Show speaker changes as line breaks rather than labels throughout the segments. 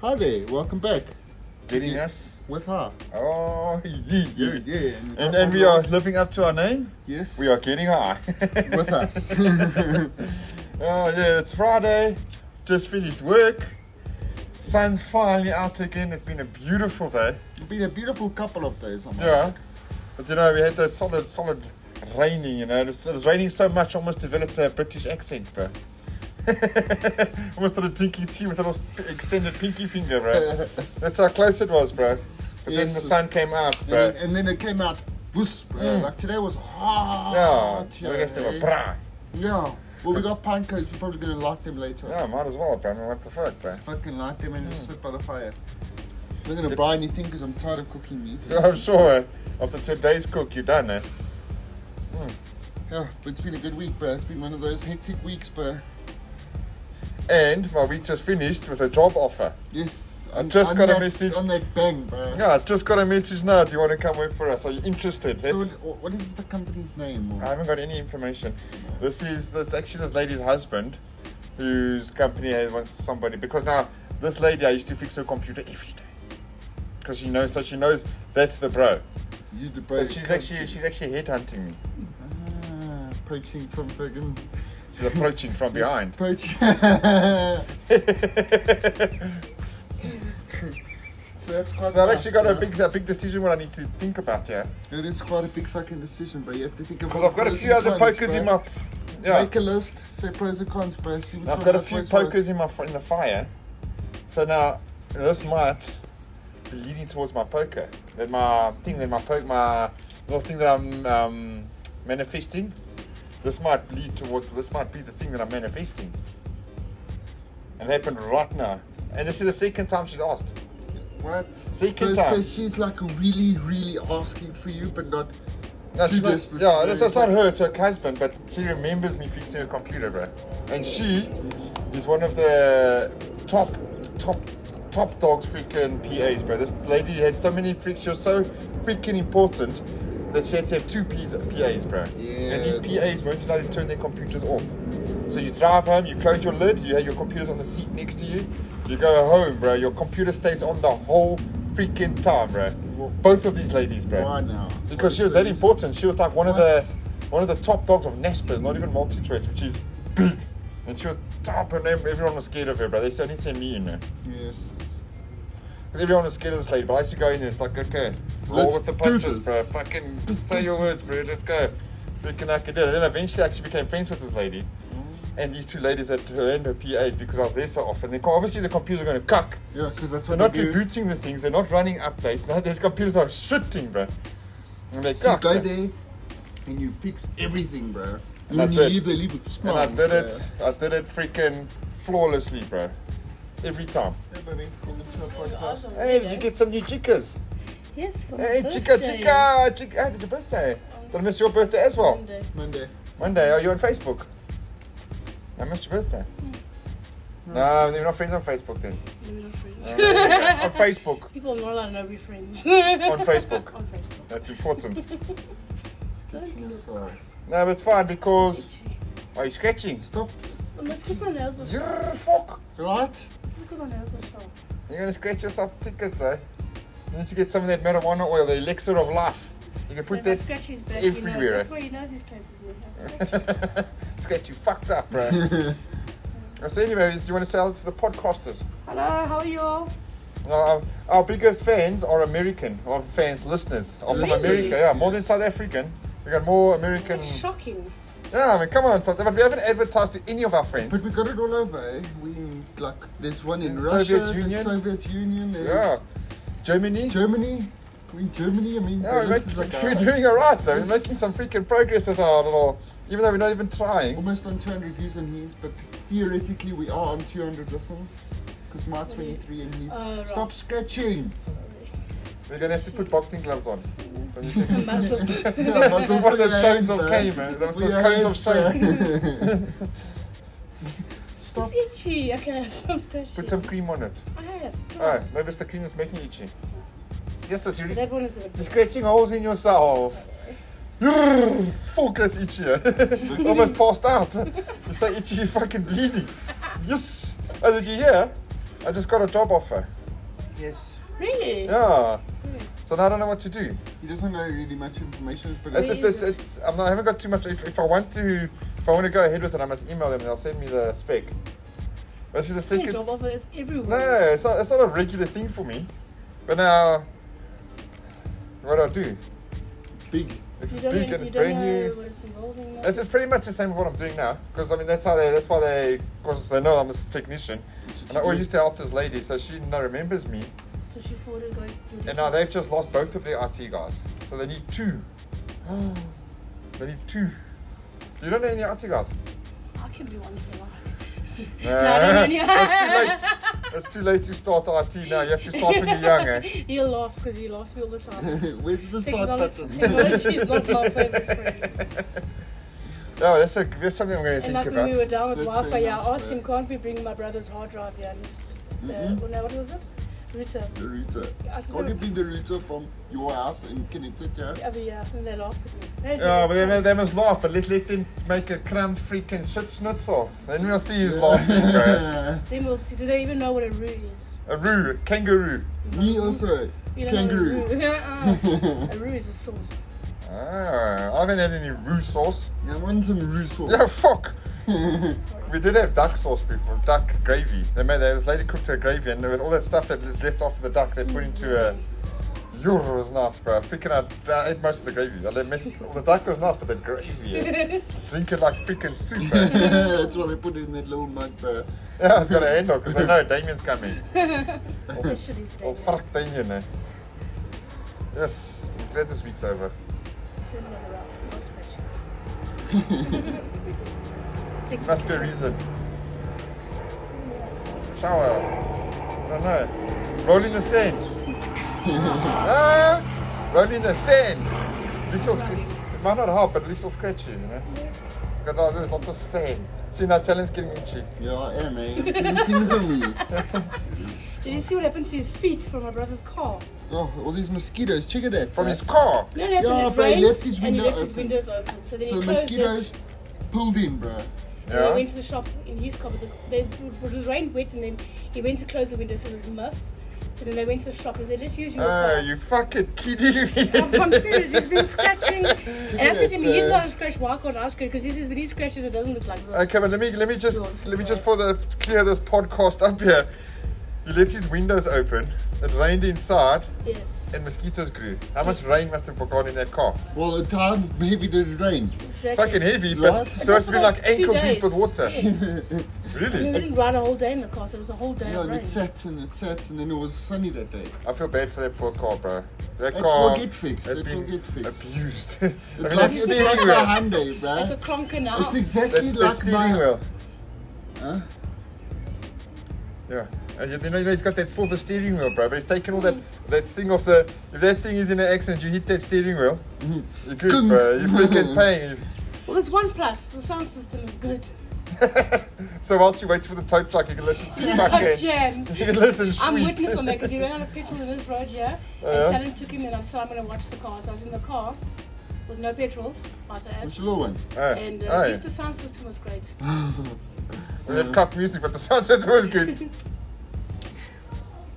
Hi there, welcome back.
Getting us.
With her.
Oh, yeah, yeah.
Yeah, yeah.
And, and we are living up to our name.
Yes.
We are getting high.
With us.
Oh yeah, it's Friday. Just finished work. Sun's finally out again. It's been a beautiful day.
It's been a beautiful couple of days. I'm
Yeah. But you know, we had that solid, solid raining, you know. It was, it was raining so much, I almost developed a British accent, bro. almost did a dinky tea with a little sp- extended pinky finger, bro. That's how close it was, bro. But then
Yes.
the sun came out,
And,
bro.
then, and then it came out. Whoosh, bro. Like today was
Mm. Yeah,
hot.
we left
yeah,
it a bra.
Yeah. Well, we got pine cones. You're probably going to light them later.
Yeah, Mm. might as well, bro. I mean, what the fuck, bro?
Fucking light them and just sit by the fire. I'm not going to buy anything because I'm tired of cooking meat.
I'm sure eh, after two days cook, you're done, eh?
Yeah, but it's been a good week, bro. It's been one of those hectic weeks, bro.
And my week just finished with a job offer.
Yes.
I
on-
just
on
got a
that-
message.
On that bang, bro.
Yeah, I just got a message now. Do you want to come work for us? Are you interested?
So
Let's-
what, what is the company's name? Or?
I haven't got any information. This is this actually this lady's husband, whose company has wants somebody because now this lady I used to fix her computer every day because she knows so she knows that's the bro.
Use the
So
brand
she's
company.
actually she's actually headhunting me.
Ah, approaching from friggin'
She's approaching from behind.
approaching. so that's quite.
So I've
nice,
actually got a
bro.
big a big decision what I need to think about yeah
It is quite a big fucking decision, but you have to think about.
because I've got a
pros
few
and
other
cons,
pokers
bro.
in my yeah.
Make a list. Say pros and cons, bro. See which
Now, I've
one
got a
that
few
works, bro.
pokers in my in the fire, so now this might be leading towards my poker. That my thing, that my poke, my little thing that I'm um, manifesting. This might lead towards. This might be the thing that I'm manifesting. And it happened right now. And this is the second time she's asked.
What? so,
Second
So
time.
she's like really, really asking for you, but not.
No,
too
she's not,
desperate.
yeah, that's, that's not her, it's her husband, but she remembers me fixing her computer, bro. And she is one of the top, top, top dogs freaking PAs, bro. This lady had so many freaks, she was so freaking important that she had to have two P's, PAs, bro. And these
Yes.
PAs weren't allowed to turn their computers off. So you drive home, you close your lid, you have your computers on the seat next to you, you go home, bro. Your computer stays on the whole freaking time, bro. Both of these ladies, bro.
Why now?
Because she was that important. She was like one of the one of the top dogs of NASPERS, not even multi trades, which is big. And she was top, and ev- everyone was scared of her, bro. They only sent me in there.
Yes.
Because everyone was scared of this lady, but I used to go in there, it's like, okay, roll
Let's
with the
do this.
punches, bro. Fucking say your words, bro. Let's go. Freaking I can do it. And then eventually I actually became friends with this lady. And these two ladies at her and her PAs because I was there so often. They, co- obviously the computers are going to cuck.
Yeah, because that's
They're
what
not
they do.
rebooting the things. They're not running updates. Now these computers are shitting, bro. And they
So you
cucked.
go there and you fix everything, bro. And
And I
when you
did.
leave, they leave with
And
smiles.
I did it. I did it freaking flawlessly, bro. Every time.
Awesome.
Hey, did you get some new chicas?
Yes, for my
Hey, chica,
birthday.
chica, chica. Hey, did your birthday? Did I miss your birthday as well?
Sunday.
Monday.
Monday, are you on Facebook? I missed your birthday. No, you're not friends on Facebook then.
No, we're not friends.
on Facebook.
People are not allowed to know we're friends.
On Facebook.
On Facebook.
That's important.
Get yourself.
No, but it's fine because.
Itchy.
Are you scratching?
Stop.
Um, it's because my nails are short.
Grrr, Fuck.
Right?
It's because my nails are short.
You're gonna scratch yourself tickets, eh? You need to get some of that marijuana oil, the elixir of life. You can
So
put
if I
that
scratch his back, he knows.
everywhere.
That's why he knows his place is moving. I scratch it.
Sketch, you fucked up, bro. so, anyways, do you want to sell to the podcasters?
Hello, how are you all?
Uh, our biggest fans are American, or fans, listeners, are from
Really?
America. Yeah, more than South African. We got more American.
That's shocking.
Yeah, I mean, come on, South Africa. We haven't advertised to any of our friends.
But we got it all over, eh? We in, like, there's one in,
In
Russia,
Soviet
there's
Union.
Soviet Union, there's
Yeah, Germany.
Germany. We in Germany, I mean,
Yeah, we're,
this is
making,
like
we're
uh,
doing alright. We're
this-
making some freaking progress with our little, even though we're not even trying.
almost on 200 views on his, but theoretically we are on 200 listens. Because my 23 and his.
Oh, right.
Stop scratching!
We're gonna have to put boxing gloves on.
Muzzle.
Yeah, but
One of those
we ain't,
cones of
bro.
shame, man.
We
Those cones of shame.
ain't, bro. Stop.
It's itchy. Okay, so I'm scratching.
Put some cream on it.
I have.
Oh,
twice.
maybe it's the cream that's making you itchy. Yes, yes,
But
you're,
That one is a bit
you're scratching holes in yourself. Urgh, Fuck, that's itchy. eh? Almost passed out. You're so itchy, you're fucking bleeding. Yes. Oh, did you hear? I just got a job offer.
Yes.
Really?
Yeah. So now I don't know what to do.
He doesn't know really much information, but
It's,
Where
it's,
is
it's, it's- I'm not, I haven't got too much. If, if I want to, if I want to go ahead with it, I must email them and they'll send me the spec. This is the
Their
second.
job offer is
No,
everywhere.
it's not, it's not a regular thing for me. But now, what do I do?
it's big.
It's
You
it's big
don't, know,
and
you
it's
don't
brand
know
new.
what it's involving.
It's, it's pretty much the same as what I'm doing now. Because I mean, that's how they. That's why they. Because they know I'm a technician.
It's what
And
you
I always
do.
used to help this lady, so she now remembers me.
So she forwarded like the
And now
details.
they've just lost both of their IT guys. So they need two. they need two. You don't know any IT guys?
I can be one for life.
No,
I don't know any-
it's too late. It's too late to start IT now. You have to start when you're young, eh?
He'll laugh because he laughs me all the time.
Where's the start
Technology,
button?
technology is not my favorite friend.
No, that's, a, that's something I'm going to think
And like
about.
when we were down with
That's
Wi-Fi,
very
yeah, I
nice,
asked him, can't we bring my brother's hard drive here? And he's, uh,
Mm-hmm.
Mhm.
oh, no, what was it? Router.
the router.
I said, "Oh,
Can't you
"No."
bring the router from your house and connect it here?
Yeah, but yeah, and they laughed at me. Hey,
Yeah, but
yes.
they, they must laugh, but let, let them make a crumb freaking shit schnitzel. Then we'll see who's
Yeah.
laughing, bro.
Then we'll see. Do they even know what a roux is?
A roo, a kangaroo.
Me also.
You don't know what
Kangaroo.
a roux- Uh-uh. a roux is a sauce.
Ah, I haven't had any roo sauce.
I want some roux sauce.
Yeah, fuck.
Sorry.
We did have duck sauce before, duck gravy. They made this lady cooked her gravy, and with all that stuff that is left after the duck, they put into a. Yo, it was nice, bro. Freaking, I, I ate most of the gravy. I let mess, the duck was nice, but the gravy, eh? drink it like freaking soup. eh?
That's why they put it in that little mug, bro.
Yeah, I was gonna end because they know Damien's coming.
Officially
Well,
today. yeah.
fuck Damien, eh? Yes, I'm glad this week's over.
Turn it around. No spreadsheet. Take
Must be a reason. Shower. I don't know. Roll in the sand. ah, roll in the sand. This will scr- it might not help, but at least it'll scratch you, you know? Got all- There's lots of sand. See, now Talon's getting itchy.
Yeah, I am, eh? I'm getting things on me.
Did you see what happened to his feet from my brother's car?
Oh, all these mosquitoes. Check at that.
From
bruh.
his car.
No, it happened.
Yeah,
it
but he
rained
left his
and he
window
left his
open.
windows open. So then
So
he closed
mosquitoes
it.
pulled in, bro.
And then he
Yeah.
went to the shop in his car. But the, they, it was rained wet, and then he went to close the window, so it was muff. So then they went to the shop and said, "Let's use your
Oh,
car."
you fucking kidding me.
I'm, I'm serious. He's been scratching, and I said to him, "He's
Yeah.
not a scratch. Why can't I scratch? Because he says when he scratches, it doesn't look like this."
Okay, but let me let me just
Yours is
let me
yours.
just for the clear this podcast up here. He left his windows open. It rained inside,
Yes.
and mosquitoes grew. How much rain must have gone in that car?
Well, at times, maybe did it rain.
exactly.
Fucking heavy, but
Right.
And
so it's
that's
been
what
like
I was- two
ankle deep
days.
with water.
Yes. I mean, we
Really,
didn't ride a whole day in the car, so it was a whole day
Yeah,
of
and
rain.
it sat and it sat, and then it was sunny that day.
I feel bad for that poor car, bro. That
It
car
will get fixed.
has
It
been
will get fixed.
abused. I mean,
It's like,
that
it's
steering
like a
wheel.
Hyundai, bro.
It's a clonker now.
It's exactly
That's the
like
steering
my-
wheel.
Huh?
Yeah, and you, you know, you know he's got that silver steering wheel, bro. But he's taken all that
Mm-hmm.
that thing off the. If that thing is in an accident, you hit that steering wheel. You're Mm-hmm. good,
Kung.
bro. You're freaking paying.
Well, there's one plus. The sound system is good.
So whilst you wait for the tow truck, you can listen to
Got
fucking.
jams.
You can listen
I'm
sweet.
witness on that because he ran out of petrol in his road, yeah?
Uh-huh.
Yeah.
And Shannon took him, and I said, I'm going to watch the car. So I was in the car with no petrol, might I add.
Which little one?
Oh,
And uh,
oh,
at least the sound system was great.
Oh,
we had cock music, but the sound system was good.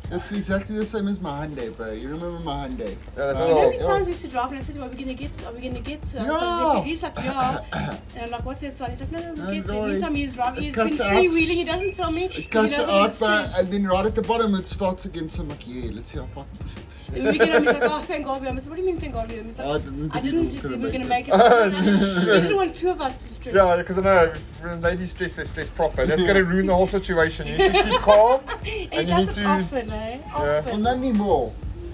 It's exactly the same as my Hyundai, bro. You remember my Hyundai?
Yeah, that's
You know
all.
these sounds we used to drive, and I said to him, Are we going to get? Are we going to get? Uh,
oh. Yeah.
so he's like, Yeah. And I'm like, What's that sound? He's like, No,
No,
no, we'll
don't
get there.
worry.
Anytime he's driving,
It
he's been
cuts out.
freewheeling, he doesn't tell me. 'cause he
It cuts
knows I'm
out, bro,
stressed.
and then right at the bottom it starts again. So I'm like, yeah, let's see how far I can push it.
And when we get home, he's like, oh, thank God we're home. I said, what do you mean, thank God we're home? He's
I
like,
didn't
I
think
didn't
we
think
were
we
gonna
were going to make
make
it. We didn't want two of us to stress.
Ah, Yeah, because I know if when ladies stress, they stress proper. That's going to ruin the whole situation. You need to keep calm.
and he
and you
does
need
it
to-
often, eh?
Well,
Often.
not anymore.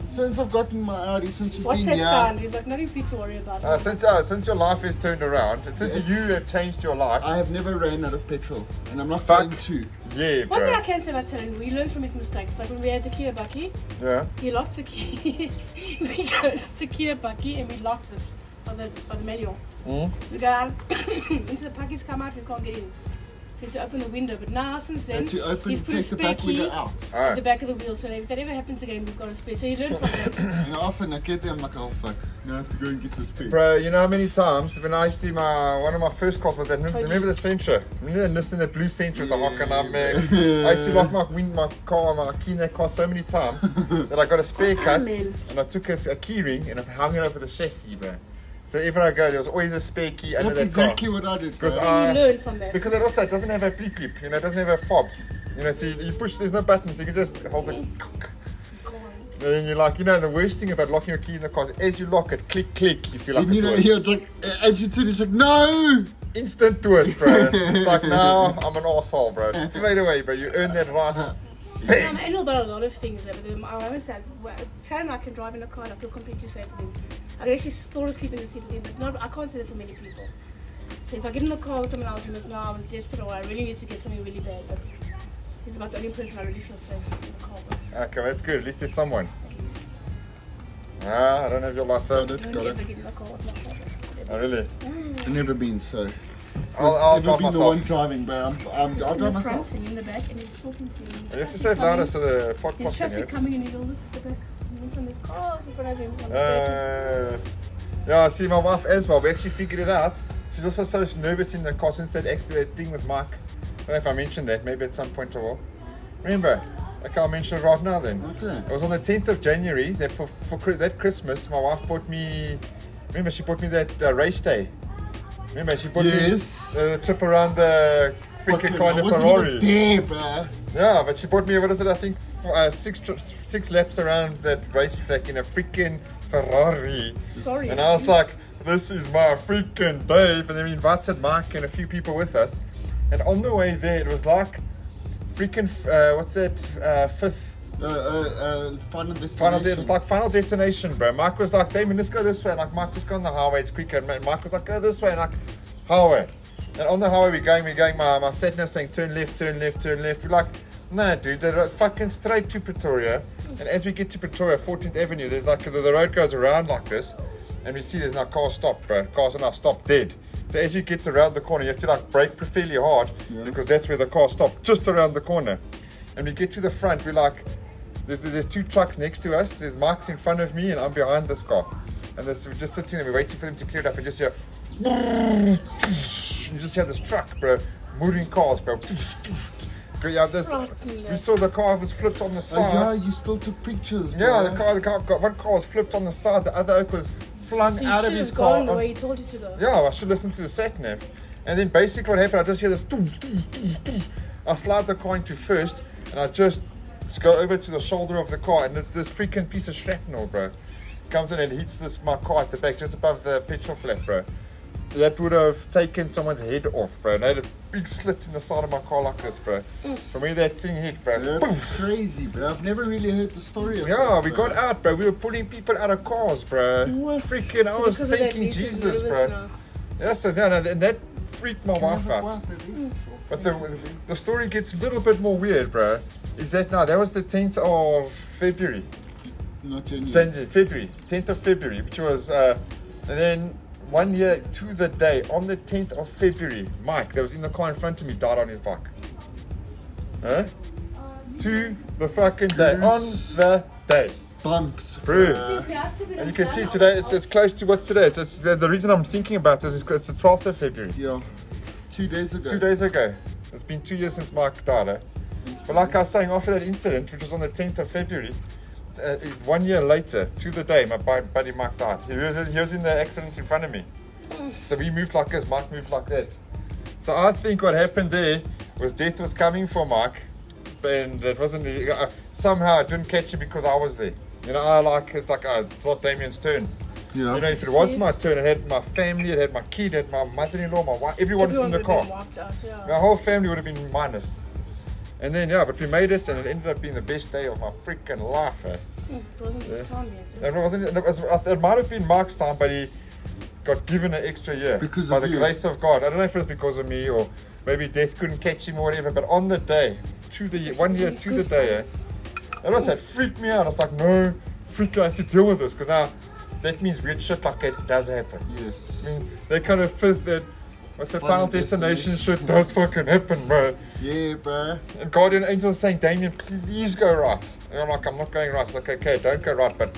Since I've gotten my Audi, since we've
What's
been
that
here,
sound? He's like, nothing for you to worry about.
Uh, since uh, since your life is turned around, and since
It's-
you have changed your life,
I have never ran out of petrol, and I'm not
Fuck.
going to.
yeah,
One thing I
bro.
can say about Taran, we learned from his mistakes. Like when we had the Kia Bucky,
Yeah.
he locked the key. we closed the Kia Bucky and we locked it by the, by the manual.
Mm.
So we go out into the Bucky's come out, we can't get in. So to open the window, but now since then
And to open,
he's put
take
a
the
spare
back window
key
out.
Oh.
at the back of the wheel. So if that ever happens again, we've got a spare. So you learn from that.
And often I get there, I'm like, oh fuck, now I have to go and get this pen.
Bro, you know how many times when I used to my one of my first cars was that remember,
Oh,
remember the Sentra? Remember the Nissan, the blue Sentra, the Honka
Yeah.
Nutmeg? I used to lock my wind, my car, my key in that car so many times that I got a spare cut
Amen.
and I took a, s- a key ring and I hung it over the chassis, bro. So everywhere I go, there was always a spare key under
That's
that
exactly
car.
what I did.
Because
bro.
So
Uh,
you learn from that.
Because it also it doesn't have a beep beep, you know, it doesn't have a fob. You know, so you, you push, there's no buttons, you can just hold it. And then you're like, you know, the worst thing about locking your key in the car is as you lock it, click, click, you feel like
And
a
you know,
tourist.
here it's like, as you turn, it's like, no!
instant twist, bro. it's like now I'm an asshole, bro. Straight away, bro. You earned that right.
I'm
Bang.
anal Um, about a lot of things. But um, I always said, well, Taryn and I can drive in a car and I feel completely safe with him. I can actually fall asleep in the seat with him, but not, I can't say that for many people. So if I get in a car with someone else who knows, no, I was desperate or I really need to get something really bad, but he's about the only person I really feel safe in the car with.
Okay, that's good. At least there's someone. Ah, I don't have your lights on.
Got it,
Don't
got
ever
it.
get in a car with my father.
Oh, really?
I've never been, so.
I'll, I'll
never
drive
been the
myself.
one driving, but I'm, I'm,
He's
I'll
in the
drive
front
myself.
and in the back and he's talking to you.
You have to say it louder so the
There's
podcast can hear
traffic
it.
coming and he'll look at the back. In front of his cars, in front of him. On the back.
Uh, yeah, see, my wife as well. We actually figured it out. She's also so nervous in the car since that accident thing with Mike. I don't know if I mentioned that. Maybe at some point I will. Remember, like I'll mention it right now then.
Okay.
It was on the 10th of January that for, for Chri- that Christmas, my wife bought me. Remember, she bought me that uh, race day. Remember, she bought
Yes.
me uh, trip around the freaking
Fucking,
car
I
in the
wasn't
Ferrari.
even there, bro.
Yeah, but she bought me what is it? I think f- uh, six tr- six laps around that racetrack in a freaking Ferrari.
Sorry.
And I was like, this is my freaking day. But then we invited Mike and a few people with us, and on the way there, it was like freaking f- uh, what's that uh, fifth.
Uh, uh, uh, final destination.
Final de- it was like final destination, bro. Mike was like, Damon, let's go this way. And like, Mike, just go on the highway. It's quicker. And Mike was like, go this way. And like, highway. And on the highway, we're going, we're going. My, my sat nav saying, turn left, turn left, turn left. We're like, nah, dude, they're like fucking straight to Pretoria. And as we get to Pretoria, 14th Avenue, there's like, the, the road goes around like this. And we see there's no car stop, bro. Cars are now stopped dead. So as you get around the corner, you have to like brake fairly hard
Yeah.
because that's where the car stops, just around the corner. And we get to the front, we're like, there's, there's two trucks next to us. There's Mike's in front of me, and I'm behind this car. And this, we're just sitting there, we're waiting for them to clear it up, and just hear. You just hear this truck, bro, moving cars, bro. Great, yeah, this-
Frightening.
we saw the car was flipped on the
Oh, yeah,
side.
you still took pictures,
yeah,
bro.
the car, the car, got, one car was flipped on the side, the other oak was flung
So you
out of
should
his
have
car.
gone the
on-
way he told you to go.
yeah, I should listen to the sat nav. And then basically what happened, I just hear this. doo, doo, doo, doo. I slide the car into first, and I just go over to the shoulder of the car, and this, this freaking piece of shrapnel, bro, comes in and hits this my car at the back, just above the petrol flap, bro. That would have taken someone's head off, bro. And I had a big slit in the side of my car like this, bro.
Mm.
From where that thing hit, bro. boom.
That's crazy, bro. I've never really heard the story of
Yeah,
that,
we
bro.
got out, bro. We were pulling people out of cars, bro.
What?
Freaking, I
So
was
because of that,
thanking
Lisa's
Jesus, bro.
nervous now.
Yeah, so yeah, and that freaked my
Can I
wife
have a
out.
wipe, eh? baby?
Mm.
But the, the story gets a little bit more weird, bro. Is that now? That was the 10th of February.
Not in you.
January, February. 10th of February, which was, uh, and then one year to the day, on the 10th of February, Mike, that was in the car in front of me, died on his bike. Huh? To the fucking day. On
Um, Goose.
the day.
Bumps. Uh,
Bro.
bruh.
And you can see today, it's, it's close to what's today. It's, it's, the, the reason I'm thinking about this is 'cause it's the 12th of February.
Yeah. Two days ago.
two days ago. It's been two years since Mike died. eh? But like I was saying, after that incident, which was on the 10th of February, uh, one year later, to the day, my bu- buddy Mike died. He was, he was in the accident in front of me. So we moved like this, Mike moved like that. So I think what happened there was death was coming for Mike, and it wasn't. Uh, somehow it didn't catch it because I was there. You know, I like it's like uh, it's not Damien's turn.
Yeah.
You know, if it was my turn, it had my family, it had my kid, it had my mother-in-law, my wife, everyone,
Everyone
was in the
would
car.
have been wiped out,
My
yeah.
whole family would have been minus. And then, yeah, but we made it and it ended up being the best day of my freaking life. Eh?
Mm, It wasn't his time yet. eh?
And it, wasn't, it, was, it might have been Mark's time, but he got given an extra year.
Because
By
of
the
you.
grace of God. I don't know if it was because of me or maybe death couldn't catch him or whatever, but on the day, to the year, one year to the day, eh? That was that freaked me out. I was like, no, freak, I have to deal with this because now that means weird shit like that does happen.
Yes.
I mean, that kind of fifth that What's a
Final
final destination
Destination.
shit does fucking happen, bro.
Yeah, bruh.
And Guardian Angel's saying, Damien, please go right. And I'm like, I'm not going right. It's like, okay, don't go right, but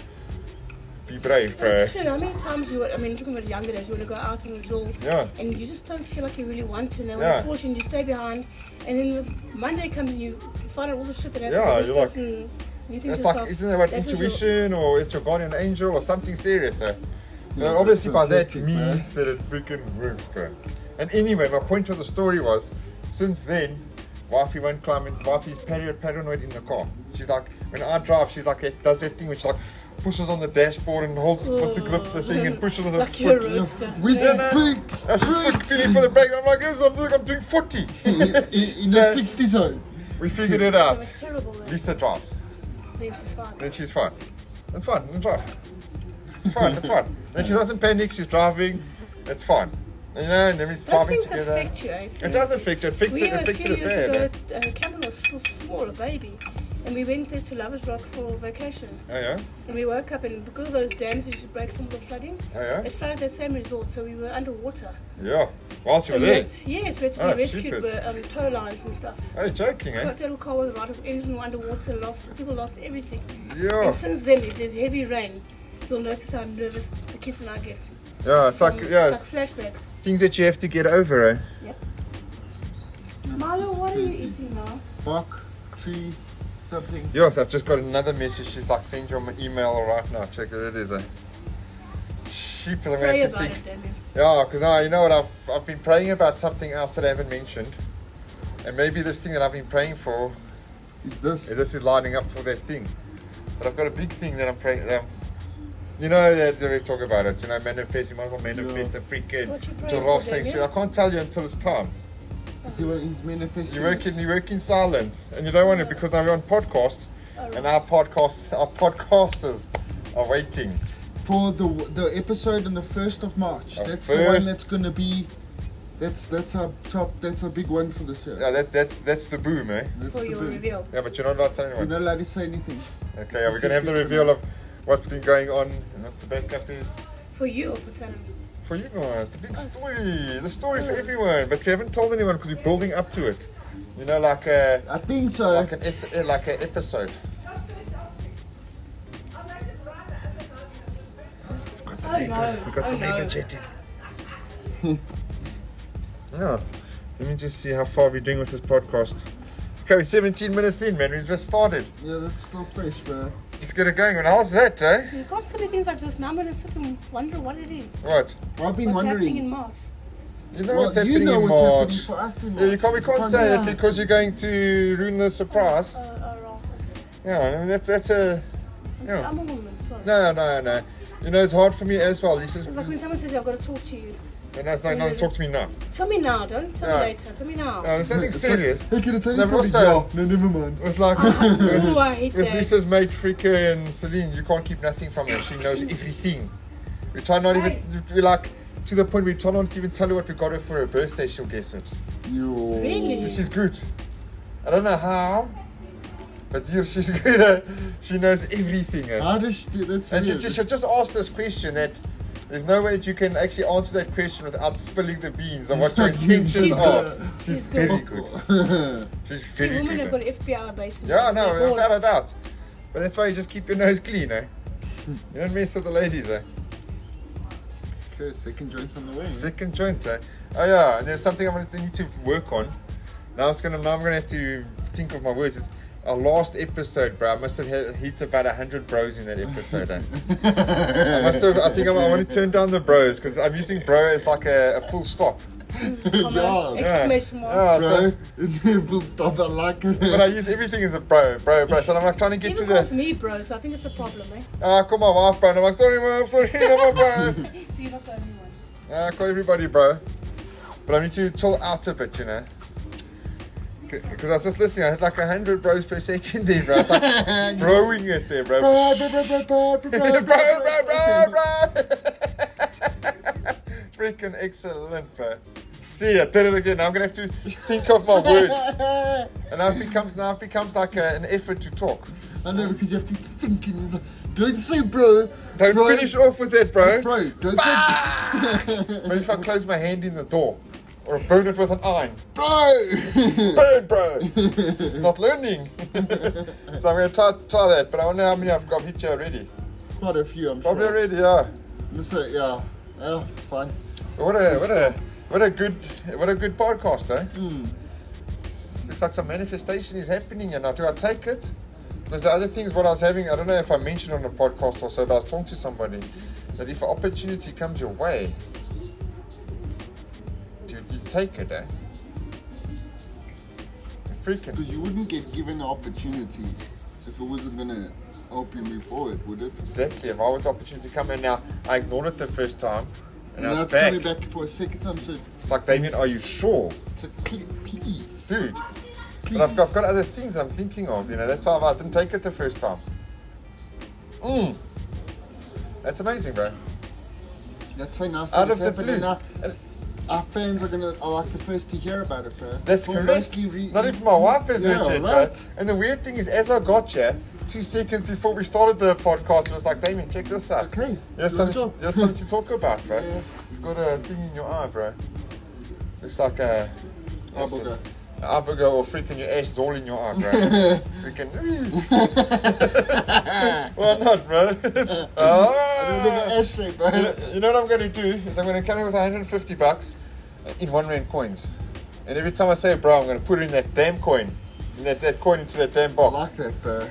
be brave, bro.
That's true. How many times you, I mean, talking about younger days, you want to go out and explore,
Yeah.
and you just don't feel like you really want to. And then when
Yeah.
you're fortunate, you stay behind, and then the Monday comes and you find out all the shit that happened.
Yeah,
with this
you're like-
person. you think
It's
to
like,
yourself,
isn't that what
that was your-
intuition or it's your guardian angel or something serious? Eh?
Yeah,
and obviously, by
that's hectic,
that means that it freaking works, bro. And anyway, my point of the story was since then, wifey won't climb in, wifey's par- paranoid in the car. She's like, when I drive, she's like, it does that thing which like pushes on the dashboard and holds, puts a grip the thing and pushes with her
like you're
foot.
a roadster.
With
Yeah, no.
bricks,
That's quick
bricks.
feeling for the brake. I'm like, yes, I'm, doing- I'm doing 40.
in, in, in the oh.
So-
60 zone.
We figured it
It
out.
was terrible. Though.
Lisa drives.
Then she's fine.
Then she's fine. It's fine. It's fine. It's fine. It's fine. Then she doesn't panic. She's driving. It's fine. You know, and then we're
Those
driving
things
together.
affect you. Eh?
It
seriously.
does affect you. It affects
We
it. It
were a
affects
few
it
years
bad.
ago. Uh, Cameron was still small, a baby, and we went there to Lovers Rock for vacation.
Oh yeah.
And we woke up, and because of those dams which break from the flooding,
Oh yeah.
it flooded that same resort, so we were underwater.
Yeah. Whilst you were
And we
there.
had- Yes, we had to be
Oh, Ah,
rescued
jeepers.
by um, tow lines and stuff.
Oh, joking, eh?
Got little car was right of engine underwater, lost people lost everything.
Yeah.
And since then, if there's heavy rain, you'll notice how nervous the kids and I get.
Yeah. It's like
Um,
yeah.
it's like flashbacks.
it's Things that you have to get over, eh?
Milo, what are you
crazy.
eating now?
Bark, tree, something.
Yes, I've just got another message. She's like, send your email right now. Check that it is, eh? Sheep, I'm gonna
Pray
have to
about
think.
it, Daniel.
Yeah, because now you know what I've I've been praying about something else that I haven't mentioned, and maybe this thing that I've been praying for, eh,
Is this?
this is lining up for that thing. But I've got a big thing that I'm praying. Um, you know that that we talk about it. You know, manifest. You might as well manifest
Yeah.
a freaking
What you praying
giraffe
for, Daniel?
sanctuary. I can't tell you until it's time.
Is he, he's manifesting?
You work in you work in silence, and you don't want to because now we're on podcast,
Oh,
and our podcasts our podcasters are waiting.
for the the episode on the first of March.
Oh,
that's the one
first.
that's gonna be. That's that's our top. That's our big one for this year.
Yeah, that's that's that's the boom, eh?
That's
for
the
your
boom.
reveal.
Yeah, but you're not allowed to tell anyone.
We're not allowed to say anything.
Okay,
It's
yeah,
a
we're gonna have the
secret for
reveal
now.
of what's been going on and what the backup is
For you or for Tanner?
for you guys. The big
Us.
story, the story for everyone, but we haven't told anyone because we're building up to it. You know, like a
I think so.
like an et- uh, like an episode.
Oh no. oh no.
Yeah. Let me just see how far we're doing with this podcast. Okay, we're 17 minutes in, man. We just started.
yeah, that's still fresh, bro.
Let's get it going. And how's that, eh?
You can't tell me things like this. Now I'm going to sit and wonder what it is.
What?
I've been
What's happening
wondering.
in March?
You know
well,
what's
you
happening
know
in
what's
March.
happening for us in March.
yeah, you can't, we can't say
do
it because you're going to ruin the surprise.
Oh, oh, wrong.
Yeah, I mean, that's that's a
I'm,
Yeah.
I'm a woman, sorry.
No, no, no. You know, it's hard for me as well. This is.
It's like when someone says, I've got to talk to you.
No, it's like, no, talk to me now.
Tell me now, don't tell
Yeah.
me later. Tell me now.
No, it's nothing
It's
serious.
Like, hey, can I tell you
No, but
something?
also-
Yeah. No, never mind.
It's like.
oh, I hate
With
that.
Lisa's mate, Frika and Celine, you can't keep nothing from her. She knows everything. We try not even. We're like. To the point we try not to even tell her what we got her for her birthday, she'll guess it.
Yo.
Really?
She's good. I don't know how, but yeah, she's good. eh? She knows everything. eh?
How does she, that's
And she,
weird.
she should just ask this question that there's no way that you can actually answer that question without spilling the beans on what your intentions
She's
are.
good.
She's,
She's
very
good.
good. She's
See,
very
women
good.
have got FBI basically.
yeah, no,
They're
without
all-
a doubt. But that's why you just keep your nose clean, eh? You don't mess with the ladies, eh?
okay, second joint on the way.
Second joint, eh? Oh yeah, and there's something I'm gonna need to work on. Now it's gonna now I'm gonna have to think of my words. It's our last episode, bro. I must have hit, hit about hundred bros in that episode, eh? I must have, I think I'm, I want to turn down the bros because I'm using bro as like a, a full stop.
Yeah,
Comma, exclamation mark.
Yeah,
bro.
so,
it will stop. I like it.
but I use everything as a bro, bro, bro. So I'm like trying to get to
Even
the.
calls me bro, so I think it's a problem, eh?
Ah, call my wife, bro. And I'm like, sorry, mom, sorry, no, my bro.
So you're not the only one.
Ah, call everybody, bro. But I need to chill out a bit, you know. Because I was just listening, I had like 100 bros per second there, bro. I was like, throwing it there, bro.
Bro, bro, bro, bro, bro, bro, bro,
bro, bro,
bro,
bro,
bro, bro.
Freaking excellent, bro. See, I did it again. Now I'm gonna have to think of my words, and now it becomes now it becomes like a, an effort to talk.
I know because you have to think and don't say bro.
Don't
bro,
finish off with that, bro.
Bro, don't say.
But if I close my hand in the door, Or burn it with an iron.
Bro!
Burn, bro! It's not learning. so I'm going to try, try that, but I wonder how many I've got hit you already.
Quite a few, I'm
Probably
sure.
already, yeah.
Let's say, yeah. Yeah, it's fine.
But What a, what a, what a good, what a good podcast, eh?
Mm.
Looks like some manifestation is happening here now. Do I take it? Because the other things, what I was having, I don't know if I mentioned on the podcast or so, but I was talking to somebody that if an opportunity comes your way, do you take it, eh? Freaking.
Because you wouldn't get given the opportunity if it wasn't going to help you move forward, would it?
Exactly. If I want the opportunity to come in now, I ignored it the first time,
And
and, now
now it's
it's back.
coming back for a second time, so,
It's like, Damien, are you sure?
so please, please.
Dude. But I've got, I've got other things I'm thinking of, you know. That's why I didn't take it the first time. Mm. That's amazing, bro.
That's so nice.
Out
that it's
of the
happening
blue.
now. Our fans are gonna are like the first to hear about it, bro.
That's
We're
correct.
mostly re-
Not even my wife has
Yeah,
heard yet,
right.
bro. And the weird thing is, as I got here, two seconds before we started the podcast, it was like, Damien, check this out.
Okay, good
There's something,
job.
there's something to talk about, bro.
Yes.
You've got a thing in your eye, bro. It's like a. it's
Eyeball
just- Albuga or freaking your ass is all in your eye, bro. freaking. Why not, bro? It's-
I'm gonna make an
Ah.
ashtray, bro.
You know, you know what I'm going to do is I'm going to come in with 150 bucks in one rand coins, and every time I say bro, I'm going to put in that damn coin, in that, that coin into that damn
I
box.
like that, bro.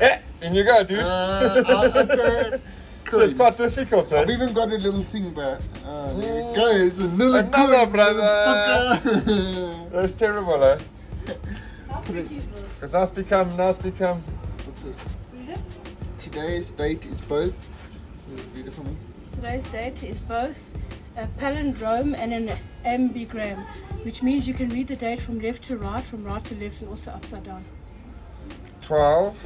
Eh, in you go, dude.
Uh, I- okay.
so it's
cool.
quite difficult, eh?
I've even got a little thing, bro. Uh, there you go. It's another,
Another,
coin,
brother.
motherfucker.
That's terrible, eh?
How big is this?
'Cause now it's become, now it's become.
What's this?
Read it.
Today's date is both. Read it for me.
Today's date is both a palindrome and an ambigram, which means you can read the date from left to right, from right to left, and also upside down.
12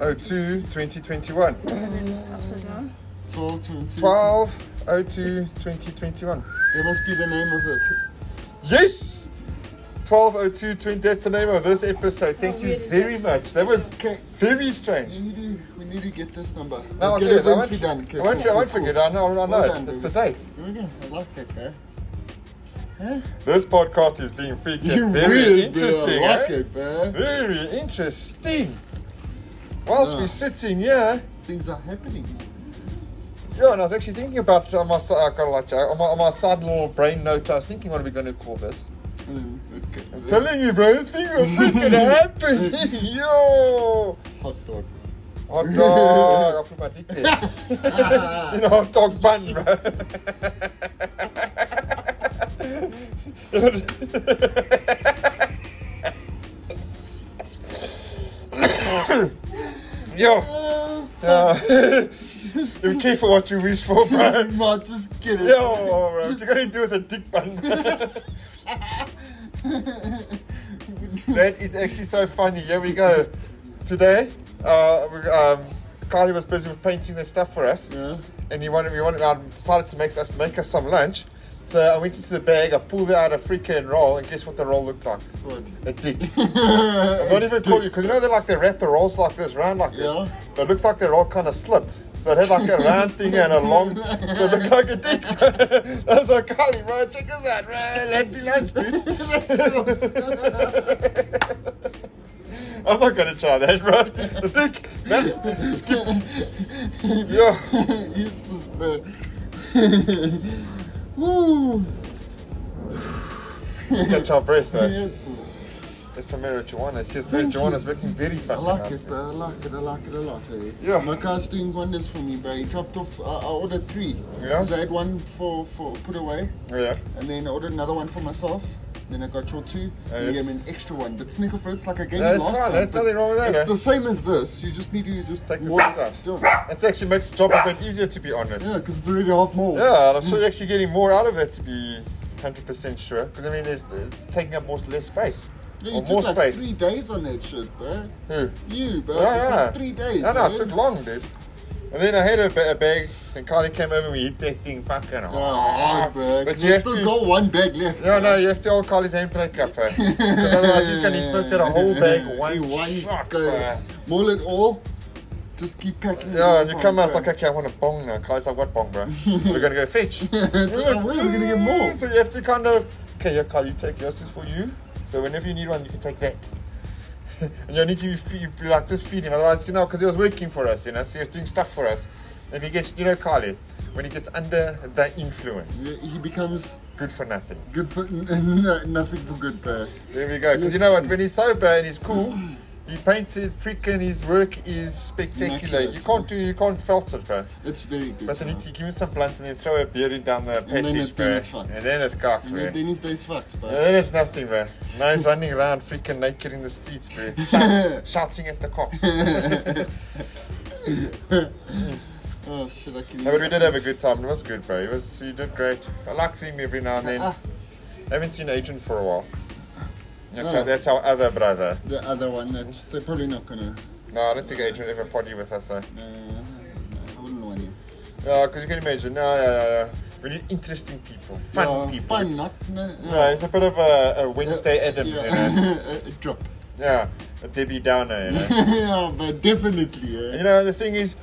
02 2021.
And then upside down.
12, 22.
12 02 2021.
That must be the name of it.
Yes! 12 02 20. That's the name of this episode. Thank you
weird is
very
that?
much. That was
Okay.
very strange.
We need to, we need to get this number.
No, I'll
We'll
do
get
it. I
once
won't,
we're done. Okay,
I won't,
cool,
I won't
cool,
forget it.
cool.
I know, I know
Well
it.
done,
it's
baby.
the date.
Here we go. I like that guy. Huh?
This podcast is being freaking
You
very
really
interesting.
I like
eh?
it, man.
Very interesting. Whilst
Yeah.
we're sitting here,
Things are happening.
yeah, and I was actually thinking about uh, my, si- uh, kinda like, uh, on my, on my side little brain note. I was thinking, what are we going to call this?
Mm, okay.
I'm telling you, bro, this thing will freaking happen. Yo!
Hot dog.
Hot dog! I'll put my dick there. you know, hot dog bun, bro. Yo!
Uh,
Yeah.
this
Be
is-
careful what you wish for, bro.
Ma, just get it.
Yo, bro. What you gonna do with a dick bun? that is actually so funny. Here we go. Today, uh, we- um, Kylie was busy with painting this stuff for us
yeah.
and he wanted, we wanted, I decided to make us make us some lunch. So I went into the bag, I pulled out a freaking roll, and guess what the roll looked like?
What?
A dick. I'm not even calling you because you know they like they wrap the rolls like this, round like this.
Yeah.
But it looks like the roll kind of slipped, so it had like a round thing and a long, so it looked like a dick. I was like, Carly, bro, check this out, bro. Happy lunch, dude. I'm not gonna try that, bro. The dick, man. Skip. Yo.
Jesus, man. Woo.
Catch our breath, though.
Jesus.
There's some marijuana. It's just
Thank
marijuana
you.
is looking
I
very fucking
like
nice.
it, bro. I like it. I like it a lot. Eh?
Yeah.
My car's doing wonders for me, bro. He dropped off. I, I ordered three.
Yeah.
'Cause I had one for for put away,
Yeah.
and then I ordered another one for myself. Then I got your two.
Oh,
and
yes.
you gave me an extra one. But snicker fruits, like I gave
That's
you last
fine.
time.
There's
but
nothing wrong with that,
It's
eh?
the same as this. You just need to just
Take the
walk-
seeds out.
Yeah,
It actually makes the job
Ah.
a bit easier, to be honest. Yeah,
because it's already half more.
and I'm sure you're actually getting more out of it, to be 100% sure. Because, I mean, there's, it's taking up more less space.
Yeah, you
or
took
more
like
space.
three days on that shit, bro.
Who?
You, bro.
Yeah,
it's
yeah.
like three days.
No, no,
bro.
it took long, dude. And then I had a, ba- a bag, and Carly came over and we hit that thing fucking
Yeah,
hard.
hard, bro.
But
'cause
you
We've
have
still
to.
got one bag left.
No,
bro.
no, you have to hold Carly's handbrake up, eh? Because otherwise he's going to smoke out a whole bag one,
In one
shot,
go.
bruh.
Mull it all. Just keep packing. it
Yeah,
all
and you
from
come out it's
home.
like, okay, I want a bong now. Guys, I've got bong, bro. We're gonna go fetch.
It's like, where are we gonna get more?
So you have to kind of okay, yeah, Kyle, you take yours is for you. So whenever you need one, you can take that. and you need to feed, like just feed him, otherwise, you know, because he was working for us, you know, so he was doing stuff for us. If he gets, you know, Kylie, when he gets under that influence,
He he becomes
good for nothing.
good for n- nothing for good, but
There we go. Because you know what? When he's sober and he's cool, he paints it freaking. His work is spectacular. You
Immaculate,
can't
yeah.
do. You can't felt it, bro.
it's very good.
But then
you
you
know.
give him some blunts and then throw a beer down the
then it's-
passage,
then
bro.
it's fucked.
And then it's cock,
And
bro.
then Dennis stays fucked,
And
but
then it's nothing, bro. Now he's running around freaking naked in the streets, bro. Shout, shouting at the cops.
oh shit, I can.
No, but we did have a good time. It was good, bro. It was. You did great. I like seeing him every now and then.
Ah,
haven't seen Agent for a while. That's,
Oh.
our, that's our other brother.
the other one that's they're probably not gonna.
No, I don't think Agent ever party with us, though.
Uh, I wouldn't want him.
Yeah, because you can imagine. No, yeah, yeah, yeah. We need interesting people, fun
Yeah,
people.
Fun, not. No,
No, it's a bit of a, a Wednesday Adams,
yeah.
you know.
a drop.
Yeah, a Debbie Downer, you know.
yeah, but definitely.
you
Yeah.
know, the thing is,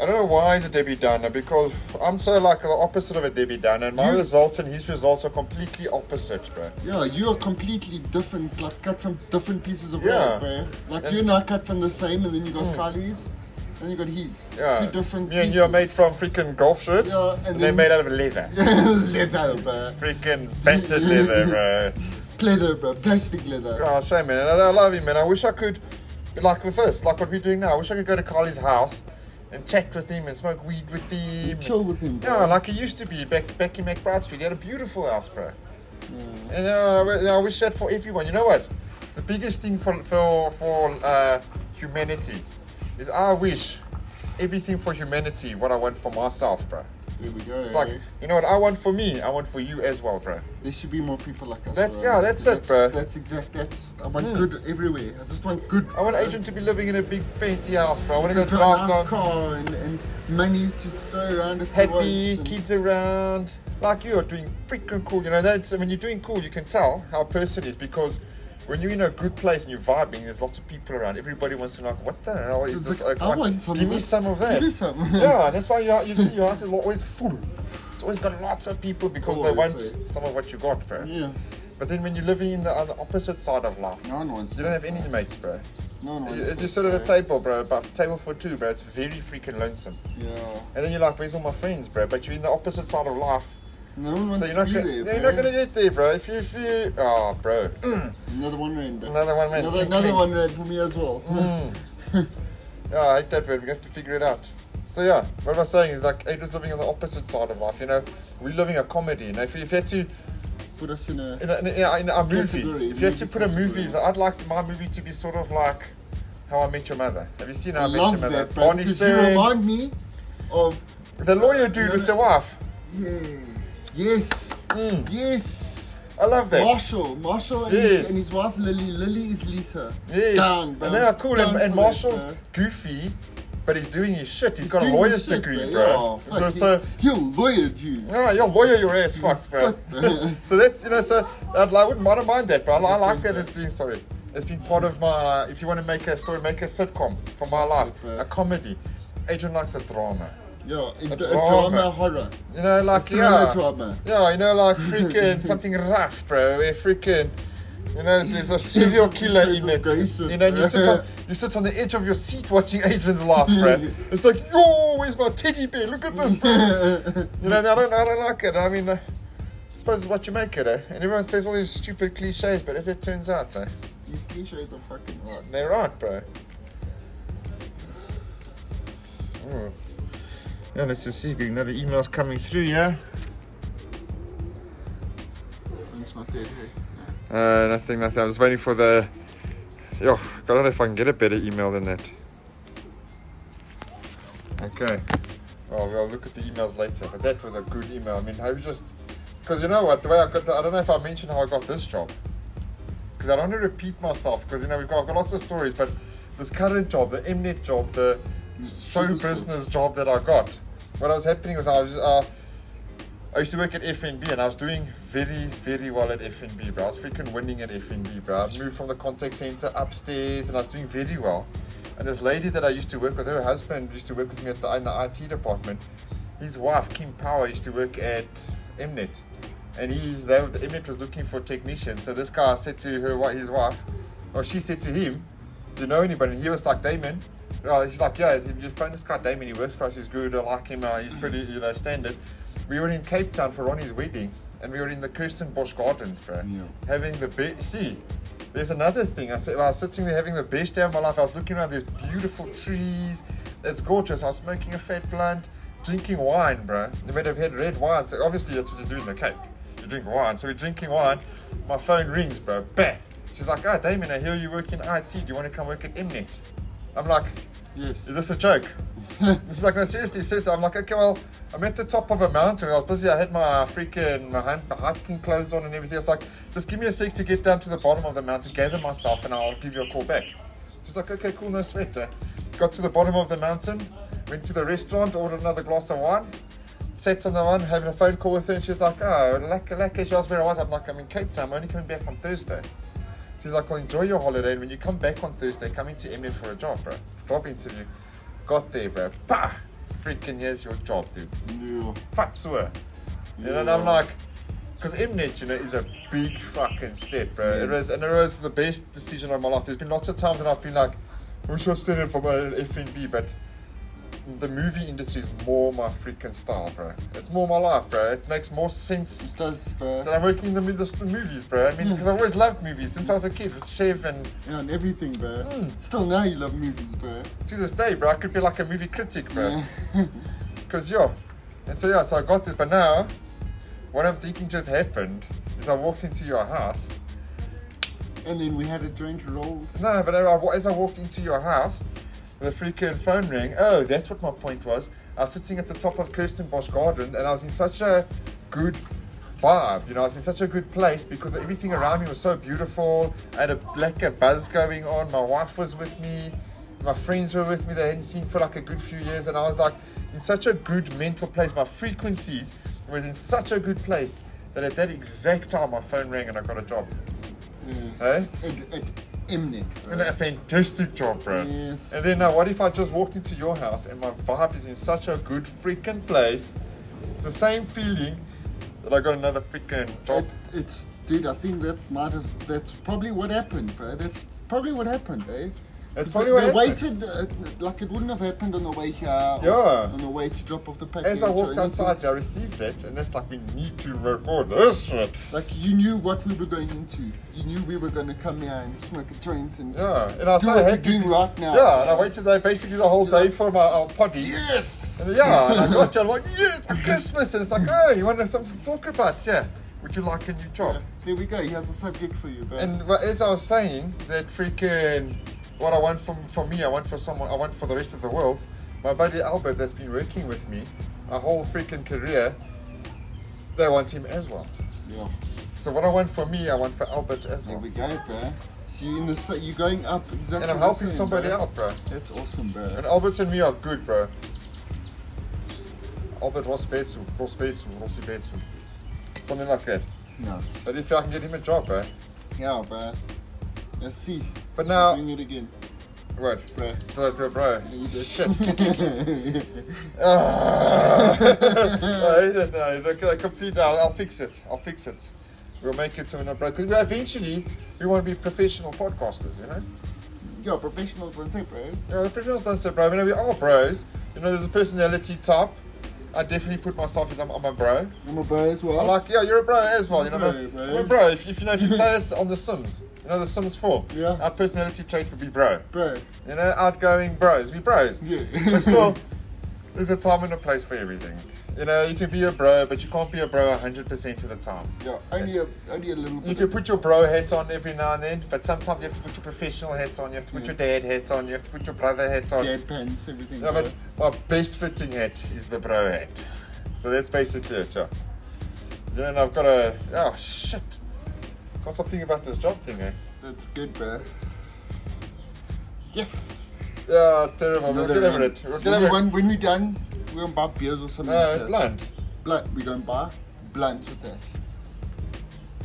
I don't know why he's a Debbie Downer because I'm so like the opposite of a Debbie Downer, and my
You-
results and his results are completely opposite, bro.
yeah, you are completely different, like cut from different pieces of
Yeah.
wood, bro. Like
And-
you and I cut from the same, and then you got Kylie's, and you got his.
Yeah,
Two different
Hmm. Me
pieces.
and you are made from freaking golf shirts,
Yeah,
and,
and
they're
then-
made out of leather,
leather, bro.
freaking battered leather, bro.
Leather, bro. Plastic leather.
Oh, shame, man. And I, I love him, man. I wish I could, like with this, like what we're doing now, I wish I could go to Carly's house and chat with him and smoke weed with him.
Chill with him, bro.
Yeah, like he used to be back, back in McBride Street. He had a beautiful house, bro.
Yeah.
And uh, I wi- I wish that for everyone. You know what? The biggest thing for, for, for uh, humanity is I wish everything for humanity what I want for myself, bro.
There we go.
It's like, you know what I want for me, I want for you as well, bro.
There should be more people like us.
That's-
bro.
yeah, that's it, bro.
That's exact. That's I
Hmm.
want good everywhere. I just want good.
I want Adrian to be living in a big fancy house, bro. I want to go
good to
drive
a
down.
nice car and, and money to throw around if he
happy,
wants and-
kids around. Like you are doing freaking cool. You know, that's when you're doing cool, you can tell how a person is because when you're in a good place and you're vibing, there's lots of people around. Everybody wants to know, like, what the hell is
It's
this?
like,
Like,
I
what-
want some
Give
of
me
this.
some of that.
Give me some.
yeah, that's why you, you see your house is always full. It's always got lots of people because they
Always,
want
eh?
some of what you got, bro.
Yeah.
But then when you're living in the other opposite side of life,
No one wants.
you don't have any mates, bro.
No one
You-
wants.
You're
that,
just sort of at a
bro.
table, bro, but table for two, bro. It's very freaking lonesome.
Yeah.
And then you're like, where's all my friends, bro? But you're in the opposite side of life.
No one wants
So you're not,
to
gonna,
be there.
you're not
bro.
gonna get there, bro. If you, if you, oh, bro,
Another one rand. Bro.
another one, Mm. man.
Mm. Another,
Ching,
another
ching.
one rand for me as well.
Yeah, I hate that word. We have to figure it out. So yeah, what I was saying is like Adrian's living on the opposite side of life. You know, we're living a comedy. You know, if you, if you had to,
Put us in a.
in a, in a, in a movie,
Category,
if you had to
movie
put a movie,
category.
I'd like my movie to be sort of like How I Met Your Mother. Have you seen How I, Met Your
love
Mother?
that, bro.
Barney
Because you
Stinson,
remind me of
the lawyer dude
No,
with
no.
the wife.
Yeah. Yes.
Mm.
Yes.
I love that.
Marshall. Marshall and,
Yes.
his, and his wife Lily. Lily is Lisa.
Yes.
Down, bro.
and they are cool.
Down
And, and
for that,
Marshall's
bro.
goofy, but he's doing his shit. he's got a
Doing his
lawyer's
shit,
degree,
Yeah,
bro. so,
fuck
so
you. you lawyered you.
yeah, your lawyer, your ass fucked, bro.
bro.
so that's you know. So I'd, I wouldn't I don't mind that, bro. I, I like that as being sorry. It's been part of my. If you want to make a story, make a sitcom for my life,
bro.
a comedy. Adrian likes a drama.
Yeah, a,
A
a
drama.
drama. horror.
You know, like
thriller
yeah,
drama.
yeah, you know, like freaking something rough, bro. Where freaking, you know, there's a serial killer in it. You know, you sit on, you sit on the edge of your seat watching Adrian's laugh, bro. It's like, yo, where's my teddy bear? Look at this, bro. You know, I don't, I don't like it. I mean, uh, I suppose it's what you make it, eh? And everyone says all these stupid cliches, but as it turns out, eh,
These cliches are fucking hard.
they're right, bro. Mm. Yeah, let's just see. You know, the email's coming through, yeah.
It's not dead, hey.
Uh, nothing, nothing. I was waiting for the. Yo, I don't know if I can get a better email than that. Okay. Well, we'll look at the emails later. But that was a good email. I mean, I was just. Because you know what? The way I got. The, I don't know if I mentioned how I got this job. Because I don't want to repeat myself. Because, you know, we've got, I've got lots of stories. But this current job, the Mnet job, the show
business.
business job that I got, what was happening was I was. Uh, I used to work at FNB and I was doing very, very well at FNB, bro. I was freaking winning at FNB, bro. I moved from the contact center upstairs and I was doing very well. And this lady that I used to work with, her husband used to work with me at the, in the IT department. His wife, Kim Power, used to work at Mnet. and he's there. The image was looking for technicians. So this guy said to her, wi- his wife, or she said to him, "Do you know anybody?" And he was like, "Damon." Uh, he's like, "Yeah, you phone this guy Damon. He works for us. He's good. I like him. Uh, he's pretty, you know, standard." We were in Cape Town for Ronnie's wedding, and we were in the Kirstenbosch Gardens, bro.
Yeah.
Having the best. See, there's another thing. I, said, I was sitting there having the best day of my life. I was looking around. There's beautiful trees. It's gorgeous. I was smoking a fat blunt, drinking wine, bro. You might have had red wine. So obviously that's what you do in the Cape. You drink wine. So we're drinking wine. My phone rings, bro. Bang. She's like, "Ah, Damien, I hear you work in IT. Do you want to come work at Mnet?" I'm like,
Yes.
is this a joke? She's like, no, seriously, seriously. I'm like, okay, well, I'm at the top of a mountain. I was busy. I had my freaking my, hand, my hiking clothes on and everything. It's like, just give me a sec to get down to the bottom of the mountain, gather myself, and I'll give you a call back. She's like, okay, cool, no sweat. Uh, Got to the bottom of the mountain, went to the restaurant, ordered another glass of wine. Sat on the one, having a phone call with her, and she's like, Oh, lucky, lucky, she asked where I was. I'm like, I'm in Cape Town, I'm only coming back on Thursday. She's like, well, enjoy your holiday. And when you come back on Thursday, come into Eminem for a job, bro. Job interview. Got there, bro. Bah! Freaking here's your job, dude.
Yeah.
Fatsua. You know, and I'm like, because Mnet, you know, is a big fucking step, bro. It was, and it was the best decision of my life. There's been lots of times that I've been like, I wish I stayed in for my F&B, but the movie industry is more my freaking style, bro. It's more my life, bro. It makes more sense
It does, bro.
that I'm working in the, mid- the movies, bro. I mean, because I've always loved movies since I was a kid. With Chef and
Yeah, and everything, bro.
Hmm.
Still now you love movies, bro.
to this day, bro, I could be like a movie critic, bro.
Yeah.
Because yeah. and so yeah, so I got this, but now what I'm thinking just happened is I walked into your house.
and then we had a joint roll.
No, but I, as I walked into your house, the freaking phone rang. Oh, that's what my point was. I was sitting at the top of Kirsten Bosch Garden, and I was in such a good vibe. You know, I was in such a good place because everything around me was so beautiful. I had a like a buzz going on. My wife was with me. My friends were with me. They hadn't seen for like a good few years, and I was like in such a good mental place. My frequencies was in such a good place that at that exact time, my phone rang and I got a job.
Yes.
Hey?
At, at Mnet, bro.
And a fantastic job, bro.
Yes.
And then now, what if I just walked into your house and my vibe is in such a good freaking place, the same feeling that I got another freaking job.
It, it's dude. I think that might have. That's probably what happened, bro. That's probably what happened, eh?
That's
So
probably what
they
happened.
waited. Uh, like it wouldn't have happened on the way here. or
Yeah.
On the way to drop off the package.
As I
or
walked
anything.
outside, I received that, and that's like we need to record this shit.
like you knew what we were going into. You knew we were going to come here and smoke a joint and
Yeah, and I was
do
so
what we're
happy.
doing right now.
Yeah, and I waited there basically the whole day for my uh, potty.
Yes.
And yeah, and I got you. I'm like, yes, for Christmas, and it's like, oh, you want to have something to talk about? Yeah. Would you like a new job?
Yeah, There we go. He has a subject for you, bro.
And but as I was saying, that freaking what I want from for me, I want for someone, I want for the rest of the world. My buddy Albert, that's been working with me my whole freaking career, they want him as well.
yeah.
So what I want for me, I want for Albert as
There
well.
we go, bro. So you're in the sa- you're going up exactly.
And I'm
the
helping
same,
somebody
bro.
out, bro.
That's awesome, bro.
And Albert and me are good, bro. Albert Rosbetsu, Rosbetsu, Rosibetsu. Something like that.
Nuts.
But if I can get him a job, bro.
Yeah, bro. Let's see.
But now,
Doing it again,
what?
bro.
Did I do it, bro?
You did.
Shit. Ah. I hate it now. Look, I complete now. I'll fix it. I'll fix it. We'll make it so we're not broken. Because eventually, we want to be professional podcasters, you know?
Yo, professionals won't say, bro.
You know, professionals don't say bro. You know, we are bros. You know, there's a personality type. I definitely put myself as I'm, I'm a bro.
I'm a bro as
I'm
well.
like, yeah, you're a bro as well. You know,
Bro,
bro,
bro.
I'm a bro. If, if you know, if you play us on The Sims, you know, The Sims 4,
Yeah.
our personality trait would be bro.
bro.
You know, outgoing bros. We bros.
Yeah.
But still, there's a time and a place for everything. You know, you can be a bro, but you can't be a bro 100% of the time.
Yeah, only a only a little
You
bit.
can
of-
put your bro hat on every now and then, but sometimes you have to put your professional hat on, you have to put your dad hat on, you have to put your brother hat on.
Dad pants, everything.
No,
bro.
but my best fitting hat is the bro hat. So that's basically it, yeah. You know, and I've got a. Oh, shit. Got something about this job thing, eh?
That's good, bro. Yes.
Yeah, it's terrible. We'll get
Another
over
round.
it. We'll get
Another
over it.
one. When we're done, we're gonna buy beers or something. like
No,
that.
blunt.
Blunt. We're gonna buy blunt with that.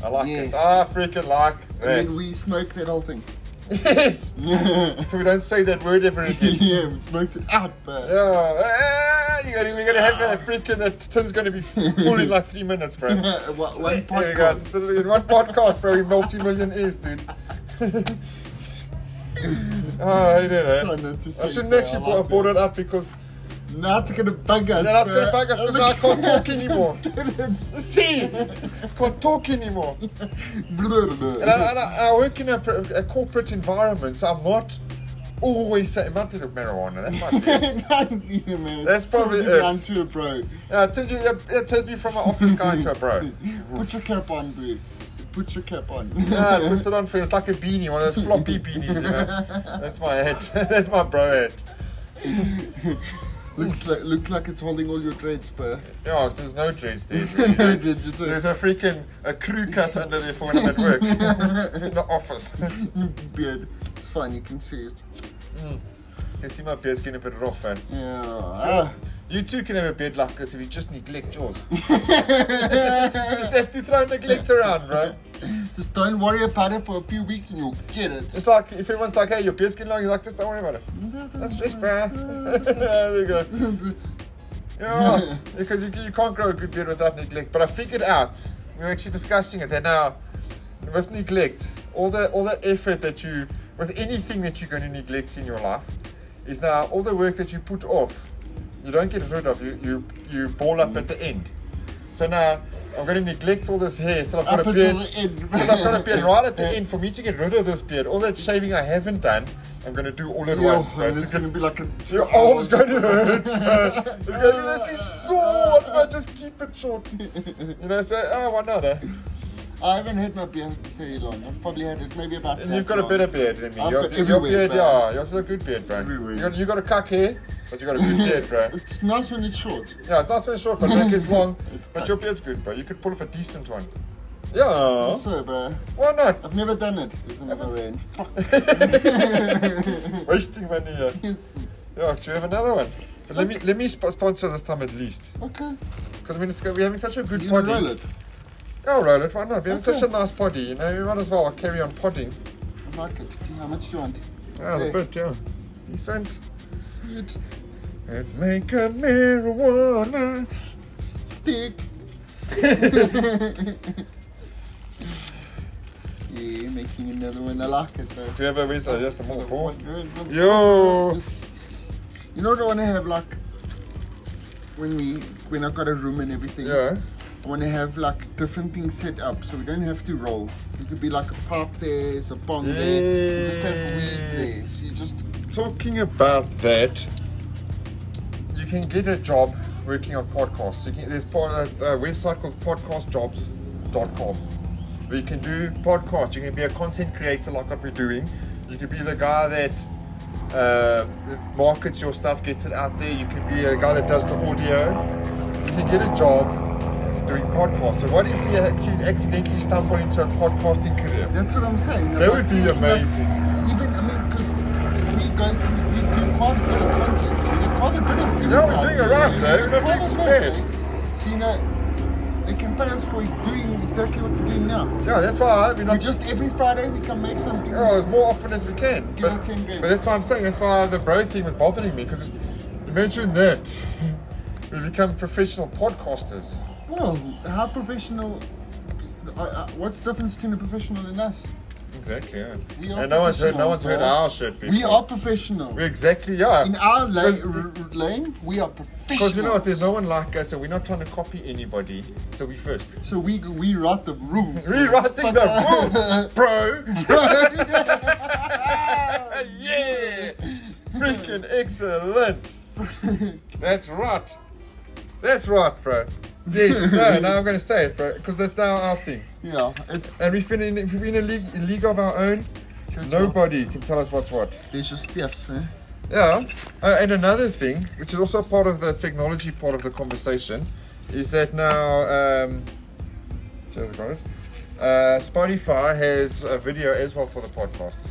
I like
Yes.
it. I freaking like
And
that.
then we smoke that whole thing.
Yes.
Yeah.
So we don't say that word ever again. Ah,
yeah, we smoked it out, but.
Yeah, hey, you're gonna, we're gonna have a freaking that tin's gonna be full in like three minutes, bro.
one, one
There we go.
podcast.
It's literally in one podcast, bro. We multi-millionaires, dude. Ah, oh, I
Trying
don't know.
not to
I
say,
shouldn't
bro,
actually
I
brought,
like
brought
that.
it up because
Now it's gonna bug us.
then that's
bro.
gonna bug us because I can't talk anymore.
Students.
See, can't talk anymore.
Blah, blah, blah.
And I, and I, I work in a, pr- a corporate environment, so I'm not always saying. It might be the marijuana. That might be. it.
Can't be, man. It's
That's probably
totally down
it.
to it, bro.
Yeah, it turns you, it turns me from an office guy to a bro.
Put your cap on, bro. Put your cap on.
Ah, it puts it on for it's like a beanie, one of those floppy beanies, you know. That's my head. That's my bro head.
looks like looks like it's holding all your dreads, bro.
Yeah, so there's no dreads, dude.
no, did you do?
There's a freaking a crew cut under there for when I'm at work. in the office. you
Beard. It's fine. You can see it.
can see my beard's getting a bit rough, man.
Yeah.
So, you too can have a beard like this if you just neglect yours.
Ah.
just have to throw neglect around, bro.
Just don't worry about it for a few weeks and you'll get it.
It's like if everyone's like, hey, your beard's getting long, you're like, just don't worry about it. That's stress, bro. there you go. Yeah, because you, you can't grow a good beard without neglect. But I figured out we were actually discussing it, and now with neglect, all the all the effort that you with anything that you're going to neglect in your life is now all the work that you put off, you don't get rid of. You you you ball up at the end. So now I'm going to neglect all this hair, so I've got
Up
a
until
beard.
the end.
So I've got a beard right at the end for me to get rid of this beard. All that shaving I haven't done, I'm going to do all at
Yeah,
once. bro.
and
It's
it's
gonna-
gonna be like a.
your arm's going to hurt. uh, it's going to be this is sore. I just keep it short. You know, so oh, why not? Eh?
I haven't had my beard very long. I've probably had it maybe about.
And
that
you've got a
long.
better beard than me.
I've
your,
got
your
everywhere,
beard,
bro.
yeah, yours is a good beard, bro.
Everywhere.
You got, you got a cuck hair, but you got a good beard, bro.
It's nice when it's short.
Yeah, it's not so short, but it is long.
It's
but
cuck.
your beard's good, bro. You could pull off a decent one. Yeah,
Also, bro,
why not?
I've never done it. There's another range.
Wasting money. Yeah, yeah do you have another one? But let me let me sp- sponsor this time at least,
Okay.
because we're, we're having such a good
You
party.
roll it.
Yeah, roll it. Why not? We have
Okay.
such a nice potty, you know. We might as well carry on potting.
I like it. Do you- How much do you want?
Ah,
Hey.
the bit, yeah. Decent.
Sweet
Let's make a marijuana.
stick. yeah, making another one. I like it, bro.
Do you ever waste like just a more ball? Yo.
Yo. You know what I want to have like when we when I got a room and everything.
Yeah.
I want to have like different things set up so we don't have to roll. It could be like a pipe there, there's a bong there, you just have weed there.
Yes.
So you just
Talking about that, you can get a job working on podcasts. You can, there's pod, a, a website called podcastjobs.com where you can do podcasts. You can be a content creator like what we're doing. You can be the guy that uh, markets your stuff, gets it out there. You can be a guy that does the audio. You can get a job doing podcasts. So what if we actually accidentally stumble into a podcasting career?
that's what I'm saying.
That would be
thinking, like,
amazing.
even I mean, because we go through, we do quite a bit of content. and We do quite a bit of things.
Yeah, we're
out
doing
there,
alright,
you know,
eh? We're not
quite
doing
a
so
bit,
bad.
eh? So you know, they can pay us for doing exactly what we're doing now.
Yeah, that's why we're
We
not
just every Friday we can make something.
Oh, as more often as we can.
Give
But,
it 10 grand.
but that's why I'm saying that's why the bro thing was bothering me because you mentioned that we become professional podcasters.
Well, how professional? Uh, uh, what's the difference between a professional and us?
Exactly. Yeah.
We are
And no one's heard
professional,
no one's heard
bro.
our shit before.
We are professional.
We're exactly yeah.
In our la-
Because-
r- r- lane, we are professional.
because you know what, there's no one like us, and we're not trying to copy anybody. So we first.
So we we write the rules.
Rewriting the rules, bro. yeah, freaking excellent. That's right. That's right, bro. Yes, no, now I'm gonna say it, bro, because that's now our thing.
yeah, it's
And if we're in, if we're in a league, a league of our own,
That's
nobody can tell us what's what.
there's your steps, eh?
Yeah, uh, and another thing, which is also part of the technology part of the conversation, is that now, um, just got it. Uh, Spotify has a video as well for the podcast.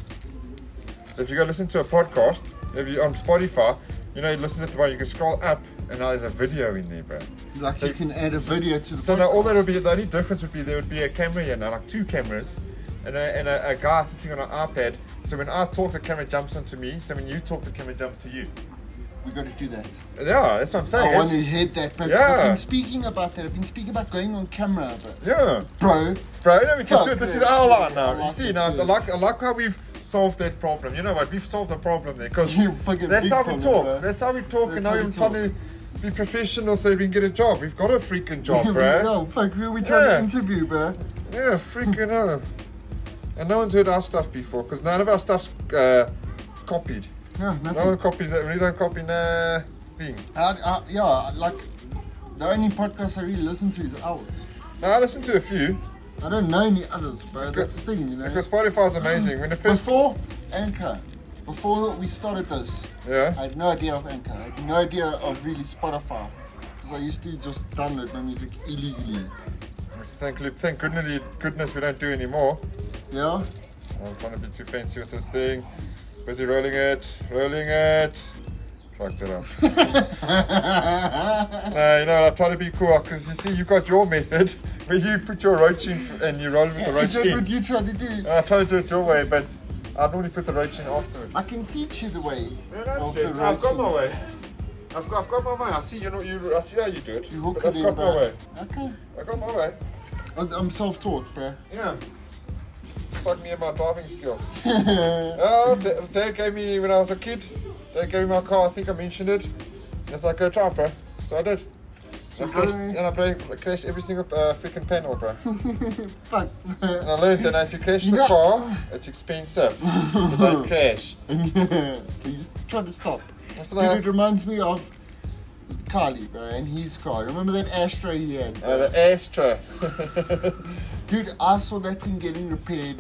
So if you go listen to a podcast, if you on Spotify, you know you listen to the one, you can scroll up, and now there's a video in there, bro.
Like
So-
you can add a video to the.
So now all
podcast.
that would be the only difference would be there would be a camera here now, like two cameras, and a, and a, a guy sitting on an iPad. So when I talk, the camera jumps onto me. So when you talk, the camera jumps to you.
We got to do that.
Yeah, that's what I'm saying.
I want to
It's-
head that, but I've
Yeah.
been speaking about that. I've been speaking about going on camera, but
yeah,
bro,
bro, no, we can do it. This is our line
Yeah, I
now. You
like
see,
it,
now I
yes.
like I like how we've solved that problem. You know what? We've solved the problem there because
You fucking
that's
big
how we
problem,
talk.
bro.
That's how we talk,
That's
and
how
now
we
I'm trying to be professional so we can get a job. We've got a freaking job, bro.
no, Oh, fuck, who are we trying to
Yeah.
interview, bro?
Yeah, freaking hell. And no one's heard our stuff before because none of our stuff's uh, copied.
No,
No one
nothing.
copies it. We don't copy nothing.
I, I, yeah, like the only podcast I really listen to is ours.
Now I listened to a few
I don't know any others, bro. That's the thing, you know.
because Spotify's amazing. When the first,
Before Anchor, before we started this,
yeah,
I had no idea of Anchor. I had no idea of really Spotify. Because I used to just download my music illegally.
which thank thank goodness goodness we don't do anymore.
Yeah?
I'm trying to be too fancy with this thing. Busy rolling it, rolling it. Fucked it up. No, you know what? I try to be cool because you see, you got your method, but you put your roach in f- and you roll with the
Is
roach
that
in.
what you try to do?
And I try to do it your way, but I normally put the roach in afterwards.
I can teach you the way.
No, that's
of the
just- I've got
writing.
my way. I've got, I've got my way. I see you know you. I see how you do it.
You
but
hook it
I've
in,
got my
bro.
way.
Okay.
I got my way.
I- I'm self-taught, bro.
Yeah. Just like me and my driving skills. oh, Da- Dad gave me when I was a kid. Dad gave me my car. I think I mentioned it. It's like go drive, bro. So I did. So I crashed, and I break, I crashed every single uh, freaking panel, bro.
Fuck.
And I learned that now if you crash the
know-
car, it's expensive. So don't crash.
so you just try to stop.
That's
Dude,
what I-
it reminds me of Carly, bro, and his car. Remember that Astra he had? bro?
Uh, the Astra.
Dude, I saw that thing getting repaired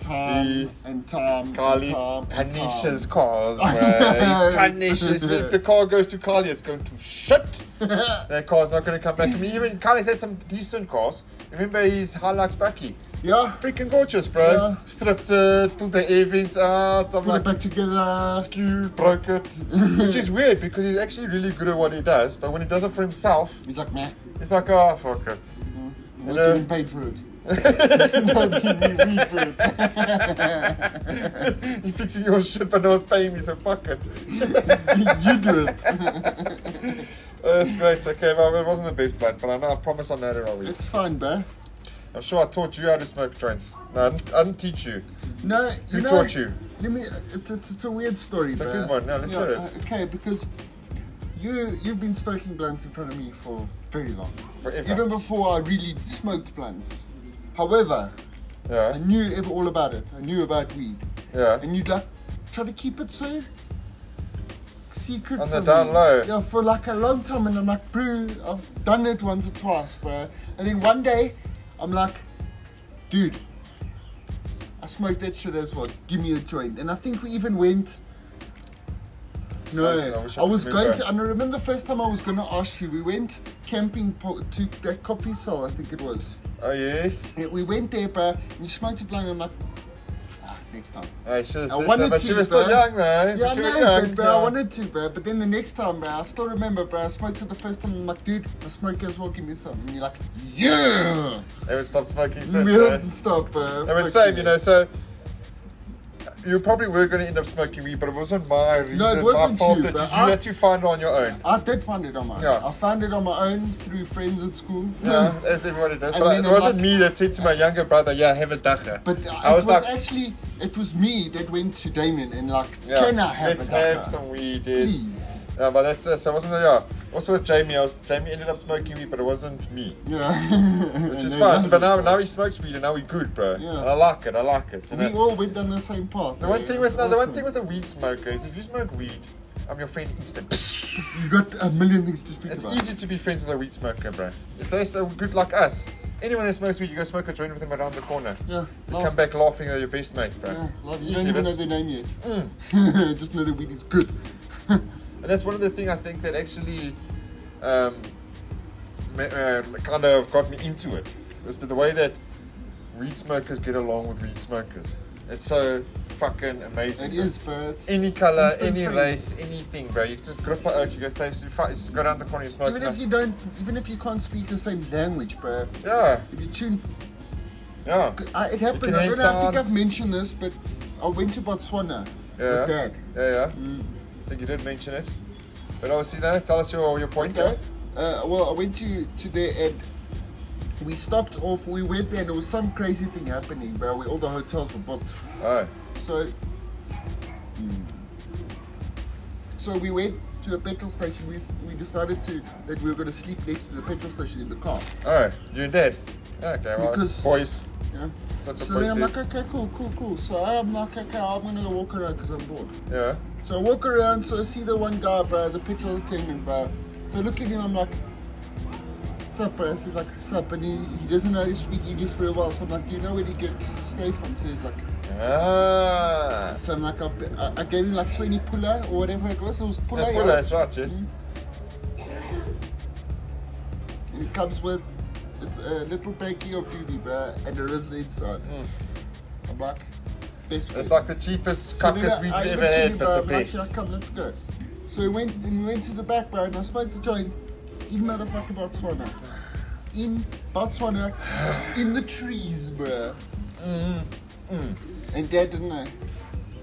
time
The-
and time
Carly
and time and time.
punishes cars,
I
bro.
know.
He punishes. If the car goes to Carly, it's going to shit. that car's not going to come back. I mean, even Carly's had some decent cars. Remember his Hilux Bucky?
Yeah,
Freaking gorgeous, bro.
Yeah.
Stripped it, pulled the air vents out.
put
I'm
it
like,
back together.
skew, broke it. Which is weird because he's actually really good at what he does, but when he does it for himself,
He's like, nah,
it's like, oh, fuck it.
we're
Hello.
getting paid for it. Not getting paid for it.
You're fixing your shit, but no one's paying me, so fuck it.
you do it.
Oh, that's great. Okay, well, it wasn't the best blood, but I know. I promise I know it already.
It's fine, bro.
I'm sure I taught you how to smoke joints. No, I didn't, I didn't teach you.
No, you
Who
know,
taught you?
Let me. It's, it's, it's a weird story,
It's a
bruh.
good one. No, let's hear it.
uh, Okay, because you you've been smoking blunts in front of me for very long,
Forever.
even before I really smoked blunts. However, I
Yeah,
knew ev- all about it. I knew about weed,
yeah.
and you'd like try to keep it so secret
On the
from
down
me.
low.
Yeah, for like a long time, and I'm like, bro, I've done it once or twice, bro. And then one day, I'm like, dude, I smoked that shit as well. Give me a joint. And I think we even went. No,
I- I
I,
wish I could
was going
remember.
to, and I remember the first time I was going to ask you. We went camping po- to that copy cell, I think it was.
Oh yes.
Yeah, we went there, bro, and you smoked a blunt, and I'm like, ah, next time.
I should have
I
said
wanted
so, but
to,
you were still
bro.
young, though.
Yeah, I
but you
know,
were young.
but, bro,
yeah.
I wanted to, bro. But then the next time, bro, I still remember, bro. I smoked it the first time. I'm like, dude, the smoker as well, give me some. And you're like, yeah!
Haven't stopped smoking
we
since. eh?
haven't stopped, bro.
I mean,
Fuck
same, you know. So you probably were going to end up smoking weed, but it wasn't my reason, my
wasn't
fault.
you,
that
bro.
you
I-
had to find it on your own.
I did find it on my own.
Yeah.
I found it on my own through friends at school.
Yeah, as everybody does.
And
But
then
it
I'm
wasn't
like-
me that said to my younger brother, "Yeah, have a dacha."
But it
I was, like,
actually, it was me that went to Damien and like,
yeah,
can I have
let's
a dacha?
have some weed." yes.
Please.
Yeah, but that's uh, so it wasn't yeah. Also with Jamie, I was Jamie ended up smoking weed, but it wasn't me,
Yeah.
which
And
is
they
fine.
loved
But
it,
now
bro.
now he smokes weed and now he's good, bro.
Yeah.
And I like it. I like it. You
We
know?
all went down the same path.
The one
eh?
thing with
It's
no, the one
awesome.
thing with a weed smoker is if you smoke weed, I'm your friend instant.
You got a million things to speak
it's
about.
easy to be friends with a weed smoker, bro. If they're so good like us, anyone that smokes weed, you go smoke a joint with them around the corner.
Yeah.
You
laugh.
come back laughing at your best mate, bro.
Yeah, like,
It's
you don't
easy,
even
but- Mm.
know their name yet. Just know that weed is good.
And that's one of the things I think that actually um, ma- uh, kind of got me into it. Was the way that weed smokers get along with weed smokers. It's so fucking amazing.
It
bro.
is, but
Any color,
Instant
any
friends.
race, anything, bro. You just grip a oak, you go, taste, you, fight, you go down the corner, you
Oh,
smoke.
even
no-
if you don't, even if you can't speak the same language, bro,
yeah,
if you tune,
Yeah.
I, it happened.
can
I
read
don't know, I think
sounds.
I've mentioned this, but I went to Botswana
Yeah.
with Dad.
Yeah, yeah.
Mm.
I think you did mention it. But obviously, no, tell us your, your point.
Okay. Uh, well, I went to, to there and we stopped off. We went there and there was some crazy thing happening, bro. Where all the hotels were booked.
yeah. Oh,
So, hmm. so we went to a petrol station. We, s- we decided to that we were going to sleep next to the petrol station in the car.
oh, you did. Okay, well,
Because-
boys.
Yeah.
Such a
So then I'm
boys
like,
do.
okay, cool, cool, cool. So I'm like, okay, I'm going to walk around because I'm bored.
Yeah.
So I walk around, so I see the one guy, bro, the petrol attendant, bro. So I look at him, I'm like, sup, bro? So he's like, sup? And he, he doesn't know how to speak English very well. So I'm like, do you know where you get this stay from? So he's like,
Ah.
so I'm like, I, I- I gave him like 20 puller or whatever it was. It was puller.
Yeah,
yeah.
Pula, that's right, Jess.
And it comes with it's a little baggie of doobie, bro, and there is the inside. I'm like, best
Hmm. It's
friend.
like the cheapest
So
cockers
then
we've
I- E I went
ever
to
had,
you,
but the
bro, I'm like,
best.
"Yeah, come, let's go. So we went and we went to the back, bro, and I was supposed to join in motherfucking Botswana. In Botswana, in the trees, bro.
Mm-hmm.
And dad didn't know.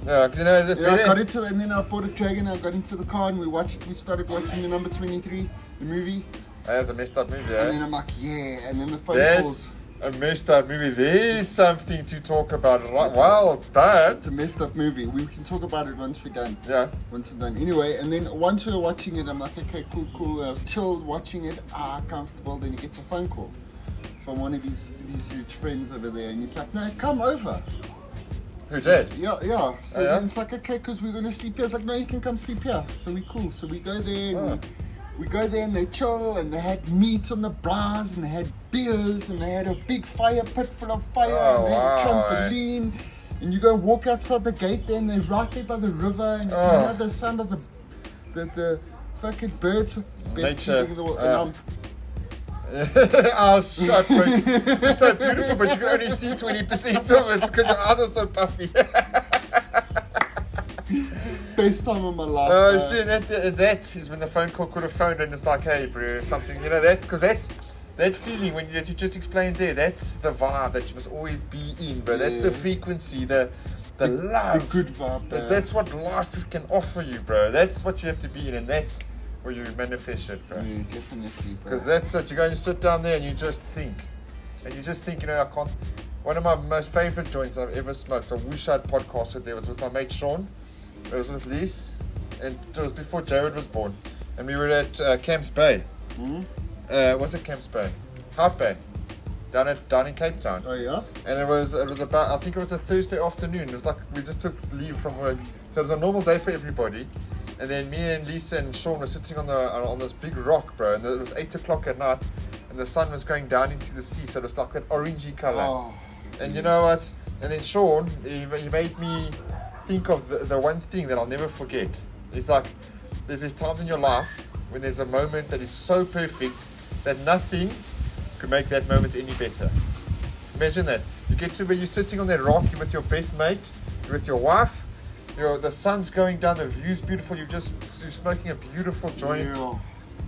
Yeah, 'cause you know, it's
Yeah, I
better-
got into the, and then I bought a dragon. I got into the car and we watched. We started watching the number twenty three, the movie.
That was a messed up movie,
And then
eh?
I'm like, yeah. And then the phone
That's
calls.
a messed up movie. There's something to talk about. Right.
That's
Well
It's
done.
a messed up movie. We can talk about it once we're done.
Yeah.
Once I'm done. Anyway, and then once we were watching it, I'm like, okay, cool, cool. Uh, chilled watching it. Ah, comfortable. Then he gets a phone call from one of his, his huge friends over there, and he's like, no, come over.
Who did?
Yeah, yeah. So
Oh, yeah?
then it's like, okay, because we're gonna sleep here. It's like, no, you can come sleep here. So we cool. So we go there and
Oh.
we, we go there and they chill and they had meat on the bars and they had beers and they had a big fire pit full of fire
Oh,
and they had a
wow, eh?
trampoline. And you go walk outside the gate there and they're right there by the river and
Oh.
you know the sound of the the, the fucking birds. Best
Nature.
feeling in the world. And
Uh.
I'm
oh, shut bro. It's just so beautiful, but you can only see 20% of it because your eyes are so puffy.
best time of my life.
Oh,
bro.
see, that, that- that is when the phone call could have phoned and it's like, hey, bro, something, you know, that, because that's, that feeling when you, that you just explained there, that's the vibe that you must always be in, bro. That's the
Yeah.
frequency, the, the,
the
love.
good vibe.
That-
bro.
that's what life can offer you, bro. That's what you have to be in, and that's where you manifest it, bro.
yeah, definitely. bro.
Because that's it. You go and you sit down there and you just think. And you just think, you know, I can't. One of my most favorite joints I've ever smoked, I wish I'd podcasted there, was with my mate Sean. It was with Lise. And it was before Jared was born. And we were at uh, Camps Bay.
Mhm.
Uh, was it Camps Bay? Half Bay. Down, at, down in Cape Town
Oh yeah.
and it was it was about I think it was a Thursday afternoon. It was like we just took leave from work, so it was a normal day for everybody. And then me and Lisa and Sean were sitting on the on this big rock, bro. And it was eight o'clock at night, and the sun was going down into the sea, so it was like that orangey color.
Oh.
And you know what? And then Sean, he, he made me think of the, the one thing that I'll never forget. It's like there's these times in your life when there's a moment that is so perfect that nothing could make that moment any better. Imagine that. You get to where you're sitting on that rock you're with your best mate, you're with your wife, you're, the sun's going down, the view's beautiful, you're just you're smoking a beautiful joint.
Yeah.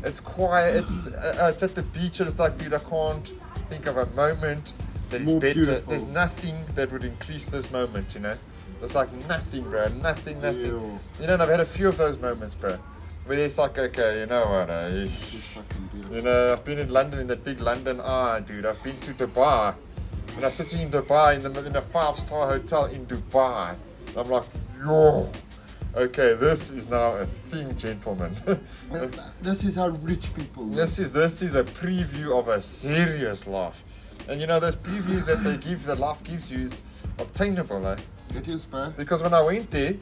It's quiet. It's uh, uh, it's at the beach, and it's like, dude, I can't think of a moment that is
More
better.
beautiful.
There's nothing that would increase this moment, you know. It's like nothing, bro. Nothing, nothing.
Ew.
You know, and I've had a few of those moments, bro, where it's like, okay, you know what? eh,
This is fucking beautiful.
you know, I've been in London in that big London eye, dude. I've been to Dubai, and I'm sitting in Dubai in the in a five star hotel in Dubai. And I'm like, yo, okay, this is now a thing, gentlemen.
This is how rich people live.
This is this is a preview of a serious life, and you know those previews that they give, that life gives you, is obtainable, eh?
It is, bro.
Because when I went there,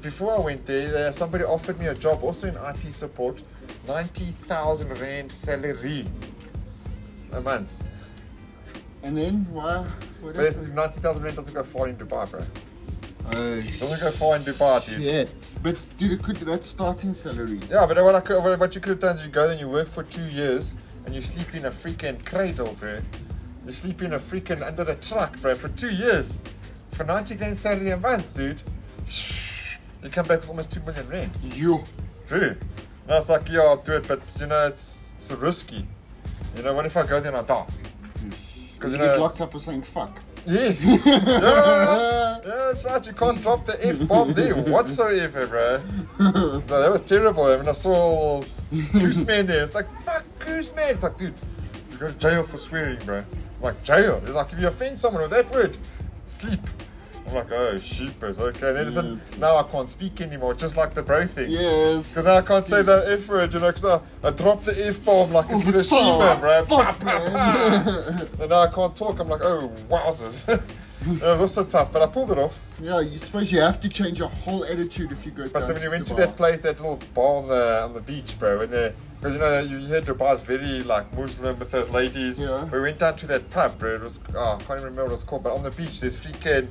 before I went there, uh, somebody offered me a job also in IT support, ninety thousand rand salary a month.
And then, why? What
But
happened?
ninety thousand rand doesn't go far in Dubai, bro.
Oh,
Doesn't go far in Dubai, dude.
yeah. But, dude, it could be that starting salary.
Yeah, but what, I could, what, what you could have done is you go there and you work for two years and you sleep in a freaking cradle, bro. You sleep in a freaking under the truck, bro, for two years. For 90 grand salary a month, dude. You come back with almost 2 million rand.
You.
Bro. And I was like, yeah, I'll do it, but you know, it's, it's risky. You know, what if I go there and I die? Because uh,
You
you
get
know,
locked up for saying fuck.
yes, yeah, yeah, that's right. You can't drop the f bomb there whatsoever, bro. No, that was terrible. I mean, I saw Gooseman there. It's like fuck Gooseman. It's like, dude, you go to jail for swearing, bro. Like jail. It's like if you offend someone with that word, sleep. I'm like, oh, sheepers, okay. Then it's a-
Yes.
now I can't speak anymore, just like the bro thing.
Yes.
Because I can't say that F word, you know, because I, I dropped the F bomb like it's Hiroshima, bro. Pa,
Oh, Fuck,
pa,
man.
pa. and now I can't talk. I'm like, oh, wowzers. That was also tough, but I pulled it off.
Yeah, you suppose you have to change your whole attitude if you go
But
down
then when you went to
Dubai.
that place, that little bar on the, on the beach, bro, and there, because you know, you you heard Dubai's very like Muslim with those ladies.
Yeah.
We went down to that pub, bro. It was, oh, I can't even remember what it was called, but on the beach, there's freaking,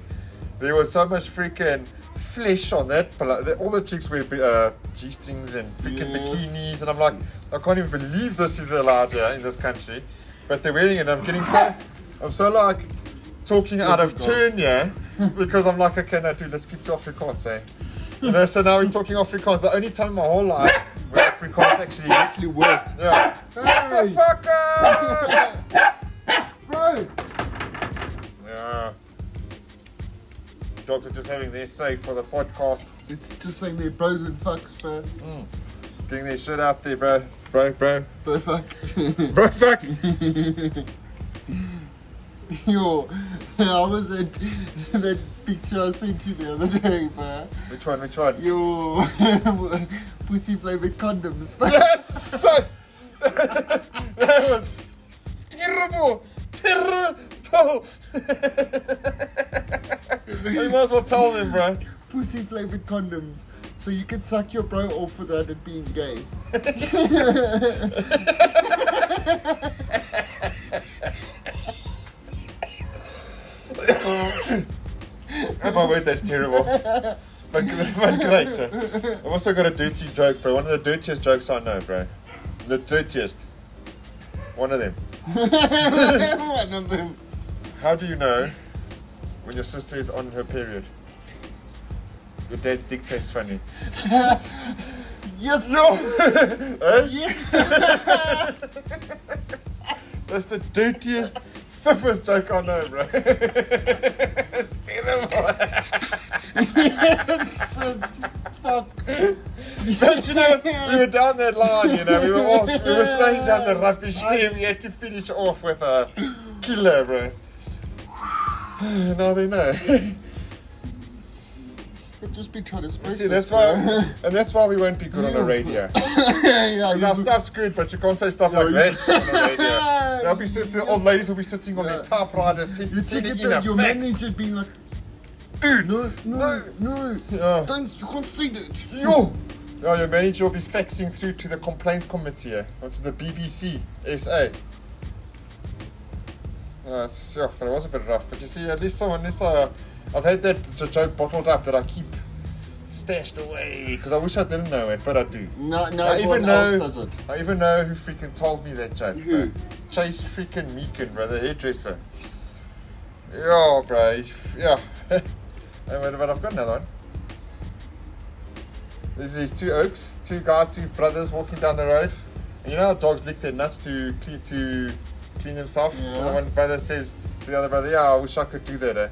there was so much freaking flesh on that. pla- that- All the chicks wear uh, G strings and freaking
Yes.
bikinis, and I'm like, I can't even believe this is allowed here in this country. But they're wearing it, and I'm getting so, I'm so like, talking out of
Afrikaans.
turn, yeah, because I'm like, okay, no, dude, let's keep to Afrikaans, eh? You know, so now we're talking Afrikaans. The only time in my whole life where Afrikaans actually,
actually worked.
yeah. Motherfucker!
Bro!
yeah. Doctor just having their say for the podcast,
It's just saying they're bros and fucks, bro.
getting their shit out there, bro, bro, bro,
Bro, fuck.
bro, fuck.
Yo, I was at that picture I sent you the other day, bro.
Which one? Which one?
Yo, pussy flavored condoms, bro.
Yes! that was terrible! Terrible! you might as well tell them, bro.
Pussy flavored condoms. So you could suck your bro off without it being gay.
Oh my word, that's terrible. But, but great. I've also got a dirty joke, bro. One of the dirtiest jokes I know, bro. The dirtiest. One of them.
One of them.
How do you know when your sister is on her period? Your dad's dick tastes funny.
Yes!
No! Eh?
Yes!
That's the dirtiest, surface joke I know, bro. Terrible.
yes! yes, Fuck!
But you know, we were down that line, you know, we were off, we were throwing down the rubbish there. We had to finish off with a killer, bro. now they know.
I've just been trying to spread
See,
this,
that's why,
bro.
and that's why we won't be good on the radio.
yeah,
Because
you-
our stuff's good, but you can't say stuff like
Yeah, you-
that on the radio. They'll be sit, the old ladies will be sitting on their typewriters, sit-
you think
sitting
it
in a
that your
fax.
manager being like,
Dude,
no, no, no,
Yeah.
don't, you can't say that.
Yo! Yo, your manager will be faxing through to the complaints committee, eh? or to the BBC SA. Uh, it's, yeah, but it was a bit rough. But you see, at least someone, at least I, I've had that j- joke bottled up that I keep stashed away because I wish I didn't know it, but I do.
No, no,
I
everyone
even know.
else does it.
I even know who freaking told me that joke.
Who?
bro. Chase freaking Meekin, bro, the hairdresser. Yo, bro. he's f- Yeah. Hey, wait, but I've got another one. There's these two oaks, two guys, two brothers walking down the road. And you know how dogs lick their nuts to clean to clean themselves. So
Yeah.
the one brother says to the other brother, "Yeah, I wish I could do that." Eh?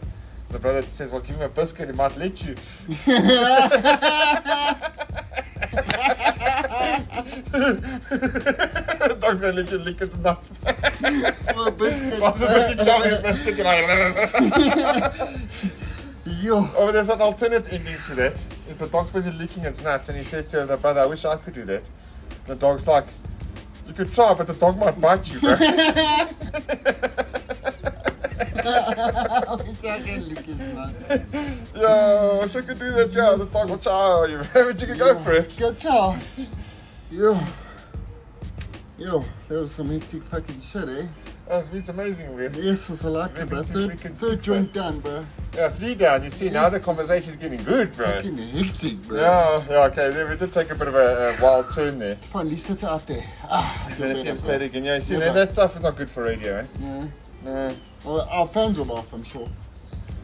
The brother says, "Well, give him a biscuit. He might let you." dog's gonna let you lick its nuts.
For a biscuit.
Lots of biscuit, chocolate biscuit. You're like,
Yo.
oh, but there's an alternate ending to that. If the dog's busy licking its nuts, and he says to the brother, "I wish I could do that." The dog's like, "You could try, but the dog might bite you, bro."
I wish I could lick his nuts.
yeah, I wish I could do that. Yeah, the dog will try you, bro. But you could go for it.
Good job. Yo. Yo, that was some hectic fucking shit, eh?
That's Oh, it's amazing, man.
Yes, it's a lot, bro.
Maybe two
Third, third
freaking six, eh?
joint done, bro.
Yeah, three down. You see, now the conversation's getting good, bro.
Fucking hectic, bro.
Yeah, yeah, okay. There we did take a bit of a, a wild turn there.
Finally, it's out there. Ah, I feel
Let
better,
them
bro.
say it again. Yeah, you see,
Yeah,
that,
bro.
that stuff is not good for radio, eh?
Yeah.
No.
Well, our fans will laugh, I'm sure.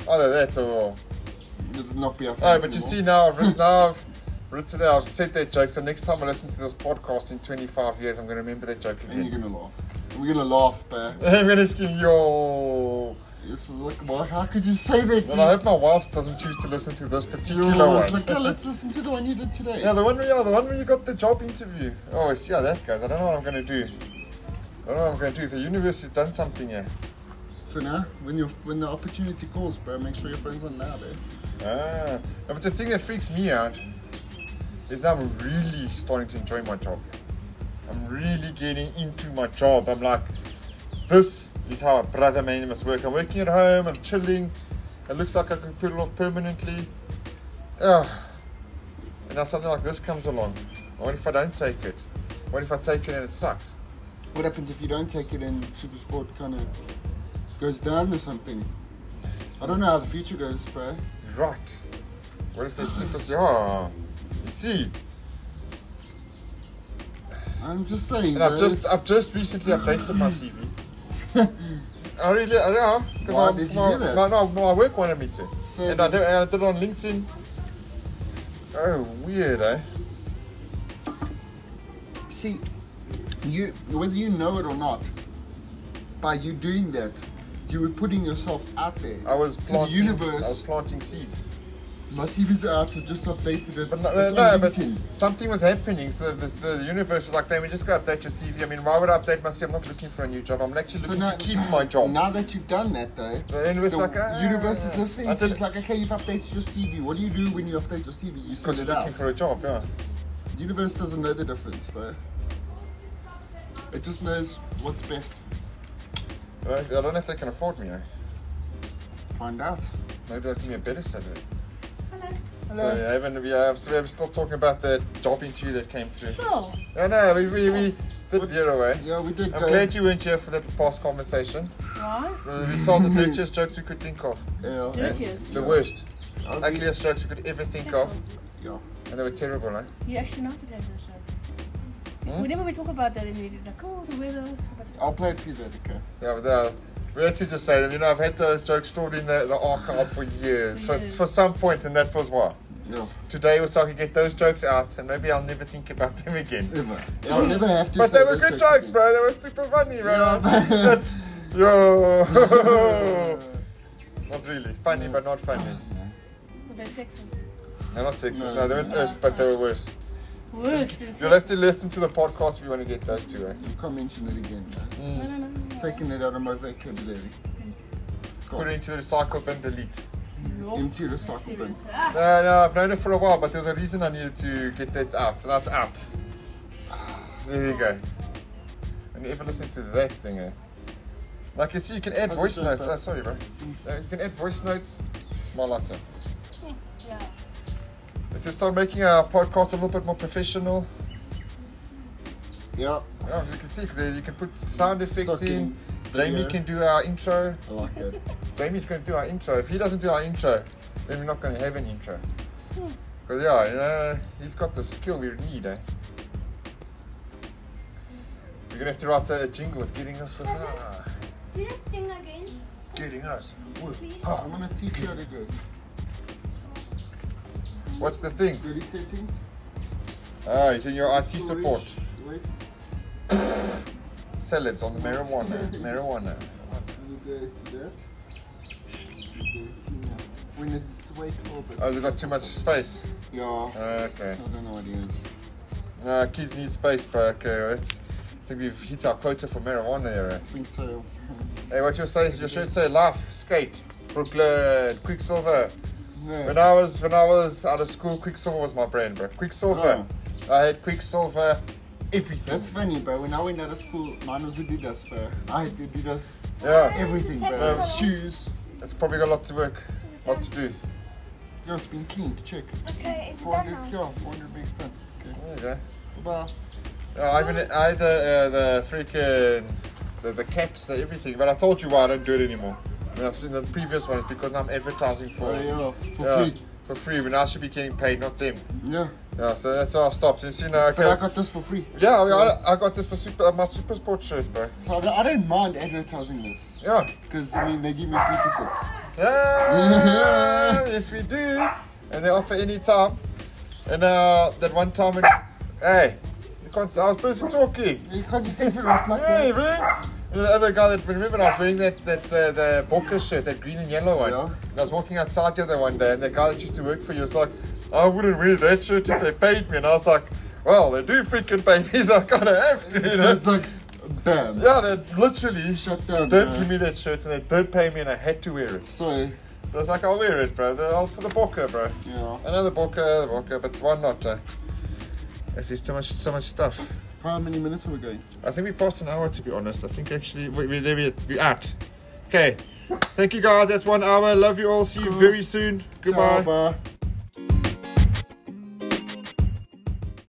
Either that or.
It'll not be our fans
Oh, but you
anymore.
see now I've written, now I've written it, I've said that joke. So next time I listen to this podcast in 25 years, I'm going to remember that joke
And
again.
you're gonna laugh. We're gonna laugh, bro.
I'm gonna scream, yo.
It's like, well, how could you say that?
And I hope my wife doesn't choose to listen to this particular
Yo, it's
one.
like, yeah, let's listen to the one you did today.
Yeah, the one where yeah, the one where you got the job interview. Oh, I see how that goes. I don't know what I'm gonna do. I don't know what I'm gonna do. The universe has done something here.
So now, when you when the opportunity calls, bro, make sure your phone's on eh? now, bro.
Ah, No, but the thing that freaks me out is that I'm really starting to enjoy my job. I'm really getting into my job. I'm like, this is how a brother man must work. I'm working at home. I'm chilling. It looks like I could put it off permanently. Ugh. And now something like this comes along. What if I don't take it? What if I take it and it sucks?
What happens if you don't take it and Super Sport kind of goes down or something? I don't know how the future goes, bro.
Right. What if there's super? Yeah. You see.
I'm just saying,
And
bro.
I've just
it's-
I've just recently updated my CV. I really I don't know. 'cause
Why
I'm-
did you
no,
do that?
No, no, no, my work wanted me to.
So-
and I did, and I did it on LinkedIn. Oh, weird, eh?
See, you whether you know it or not, by you doing that, you were putting yourself out there.
I was
to the
planting.
universe.
I was planting seeds.
My CV's out. I just updated it.
But no,
it's
no,
on
but
LinkedIn.
something was happening. So this, the universe was like, "Damn, we just got to update your CV." I mean, why would I update my CV? I'm not looking for a new job. I'm actually looking to keep my job.
Now that you've done that, though,
The universe
the
like, ah,
universe is listening.
I
to you.
did-
It's like, okay, you've updated your CV. What do you do when you update your CV? You send
Because you're
it
looking
out.
for a job, yeah.
The universe doesn't know the difference, bro. It just knows what's best.
I don't know if- I don't know if they can afford me. Eh?
Find out.
Maybe they'll give me a better salary.
Hello.
So yeah, even we are so we're still talking about the job interview that came through.
Phil.
No, no, we we, we did veer away.
Yeah, we did.
I'm
go.
glad you weren't here for the past conversation.
Right.
We told the dirtiest jokes we could think of.
Yeah.
Dirtiest.
The worst,
I'll be-
ugliest jokes we could ever think of,
Yeah.
and they were terrible, eh?
You actually know to take those jokes. Whenever we talk about that, then you just like, oh, the weather. so that's-
I'll play it for you then, okay?
Yeah, but uh, we had to just say them. You know, I've had those jokes stored in the, the archive for years, for,
Years.
for some point, and that was why.
Yeah.
Today was so I could get those jokes out, and maybe I'll never think about them again.
Ever.
Mm.
I'll never have to
But
say
they were
those
good jokes,
again.
bro. They were super funny,
Yeah,
bro.
man.
That's, yo. not really. Funny, but not funny.
They're sexist.
They're not sexist.
No.
No, they weren't worse, but they were worse.
Worse than
You'll have to listen to the podcast if you want to get those two, eh?
You can't mention it again, bro.
No, no, no,
Mm.
no.
Taking it out of my vocabulary. Go
Put it
on.
into the recycle bin, delete.
No.
Empty the
That's
soccer bin.
Oh, serious. Ah,
No, no, I've known it for a while, but there's a reason I needed to get that out. So that's out. There you go. And ever listen to that thing, eh? Like you see, you can add
How's
voice
it going,
notes. Oh,
bro?
sorry, bro. Uh, you can add voice notes. My lighter.
yeah.
If you start making our podcast a little bit more professional,
Yeah.
yeah, as you can see, because you can put sound effects
Start
in.
getting
Jamie
video.
can do our intro.
uh, I like it.
Jamie's going to do our intro. If he doesn't do our intro, then we're not going to have an intro.
Hmm.
Because, yeah, you know, he's got the skill we need, eh? We're going to have to write a jingle with getting us with. Ah,
Do that thing again.
getting us with.
I
Ah.
want to teach you how to go.
What's the thing?
Ready settings?
Ah, you're doing your IT support.
Storage. Wait.
Salads on the marijuana. marijuana.
We go to that. We go to now. When it's wait for a bit.
Oh, they've got too much space.
Yeah. I
Okay.
don't know what it is.
Uh, kids need space, but okay, let's, I think we've hit our quota for marijuana here.
I think so.
Hey, what you say? You should say life, skate, Brooklyn, Quicksilver. When
No.
I was when I was out of school, Quicksilver was my brand, bro. Quicksilver. I had Quicksilver, everything.
Oh. That's funny, bro. When I went out of school, mine was Adidas, bro. I had Adidas.
yeah,
Everything, bro.
Technicolor.
Shoes.
it's probably got a lot to work, lot to do.
Yo, it's been cleaned. Check.
Okay, is it done
400,
now?
yeah, 400 big done. Okay.
There you go.
Bye.
Yeah, I even I had the uh, the freaking the, the caps, the everything. But I told you why I don't do it anymore. When I was in the previous one, it's because I'm advertising for
Oh, yeah. For
yeah,
free.
for free. When I should be getting paid, not them.
Yeah.
Yeah, so that's how I stopped. And see now, okay.
But I got this for free.
Yeah, I,
So-
I, I got this for super, uh, my super sports shirt, bro.
So I don't- I don't mind advertising this
Yeah.
because I mean they give me free tickets.
yeah. yes, we do. And they offer any time. And uh, that one time, it, hey, you can't. I was busy talking.
You can't just enter it like
Hey,
that.
really? You know, the other guy that remember I was wearing that that uh, the Bokker shirt, that green and yellow one.
Yeah.
And I was walking outside the other one day, and the guy that used to work for you was like, "I wouldn't wear that shirt if they paid me," and I was like, "Well, they do freaking pay me, so I kind of have to."
So
You know?
it's like, bam.
Yeah, they literally
Shut down,
Don't
man.
give me that shirt, and they don't pay me, and I had to wear it.
So,
So it's like I'll wear it, bro. They're all for the Bokker, bro.
yeah.
Another Bokker, the Bokker, but why not? Uh, it's just so much, so much stuff.
How many minutes are we going?
I think we passed an hour to be honest. I think actually we, we, there we, we at. Okay. Thank you guys. That's one hour. Love you all. See you very soon. Goodbye.
Ciao, bye.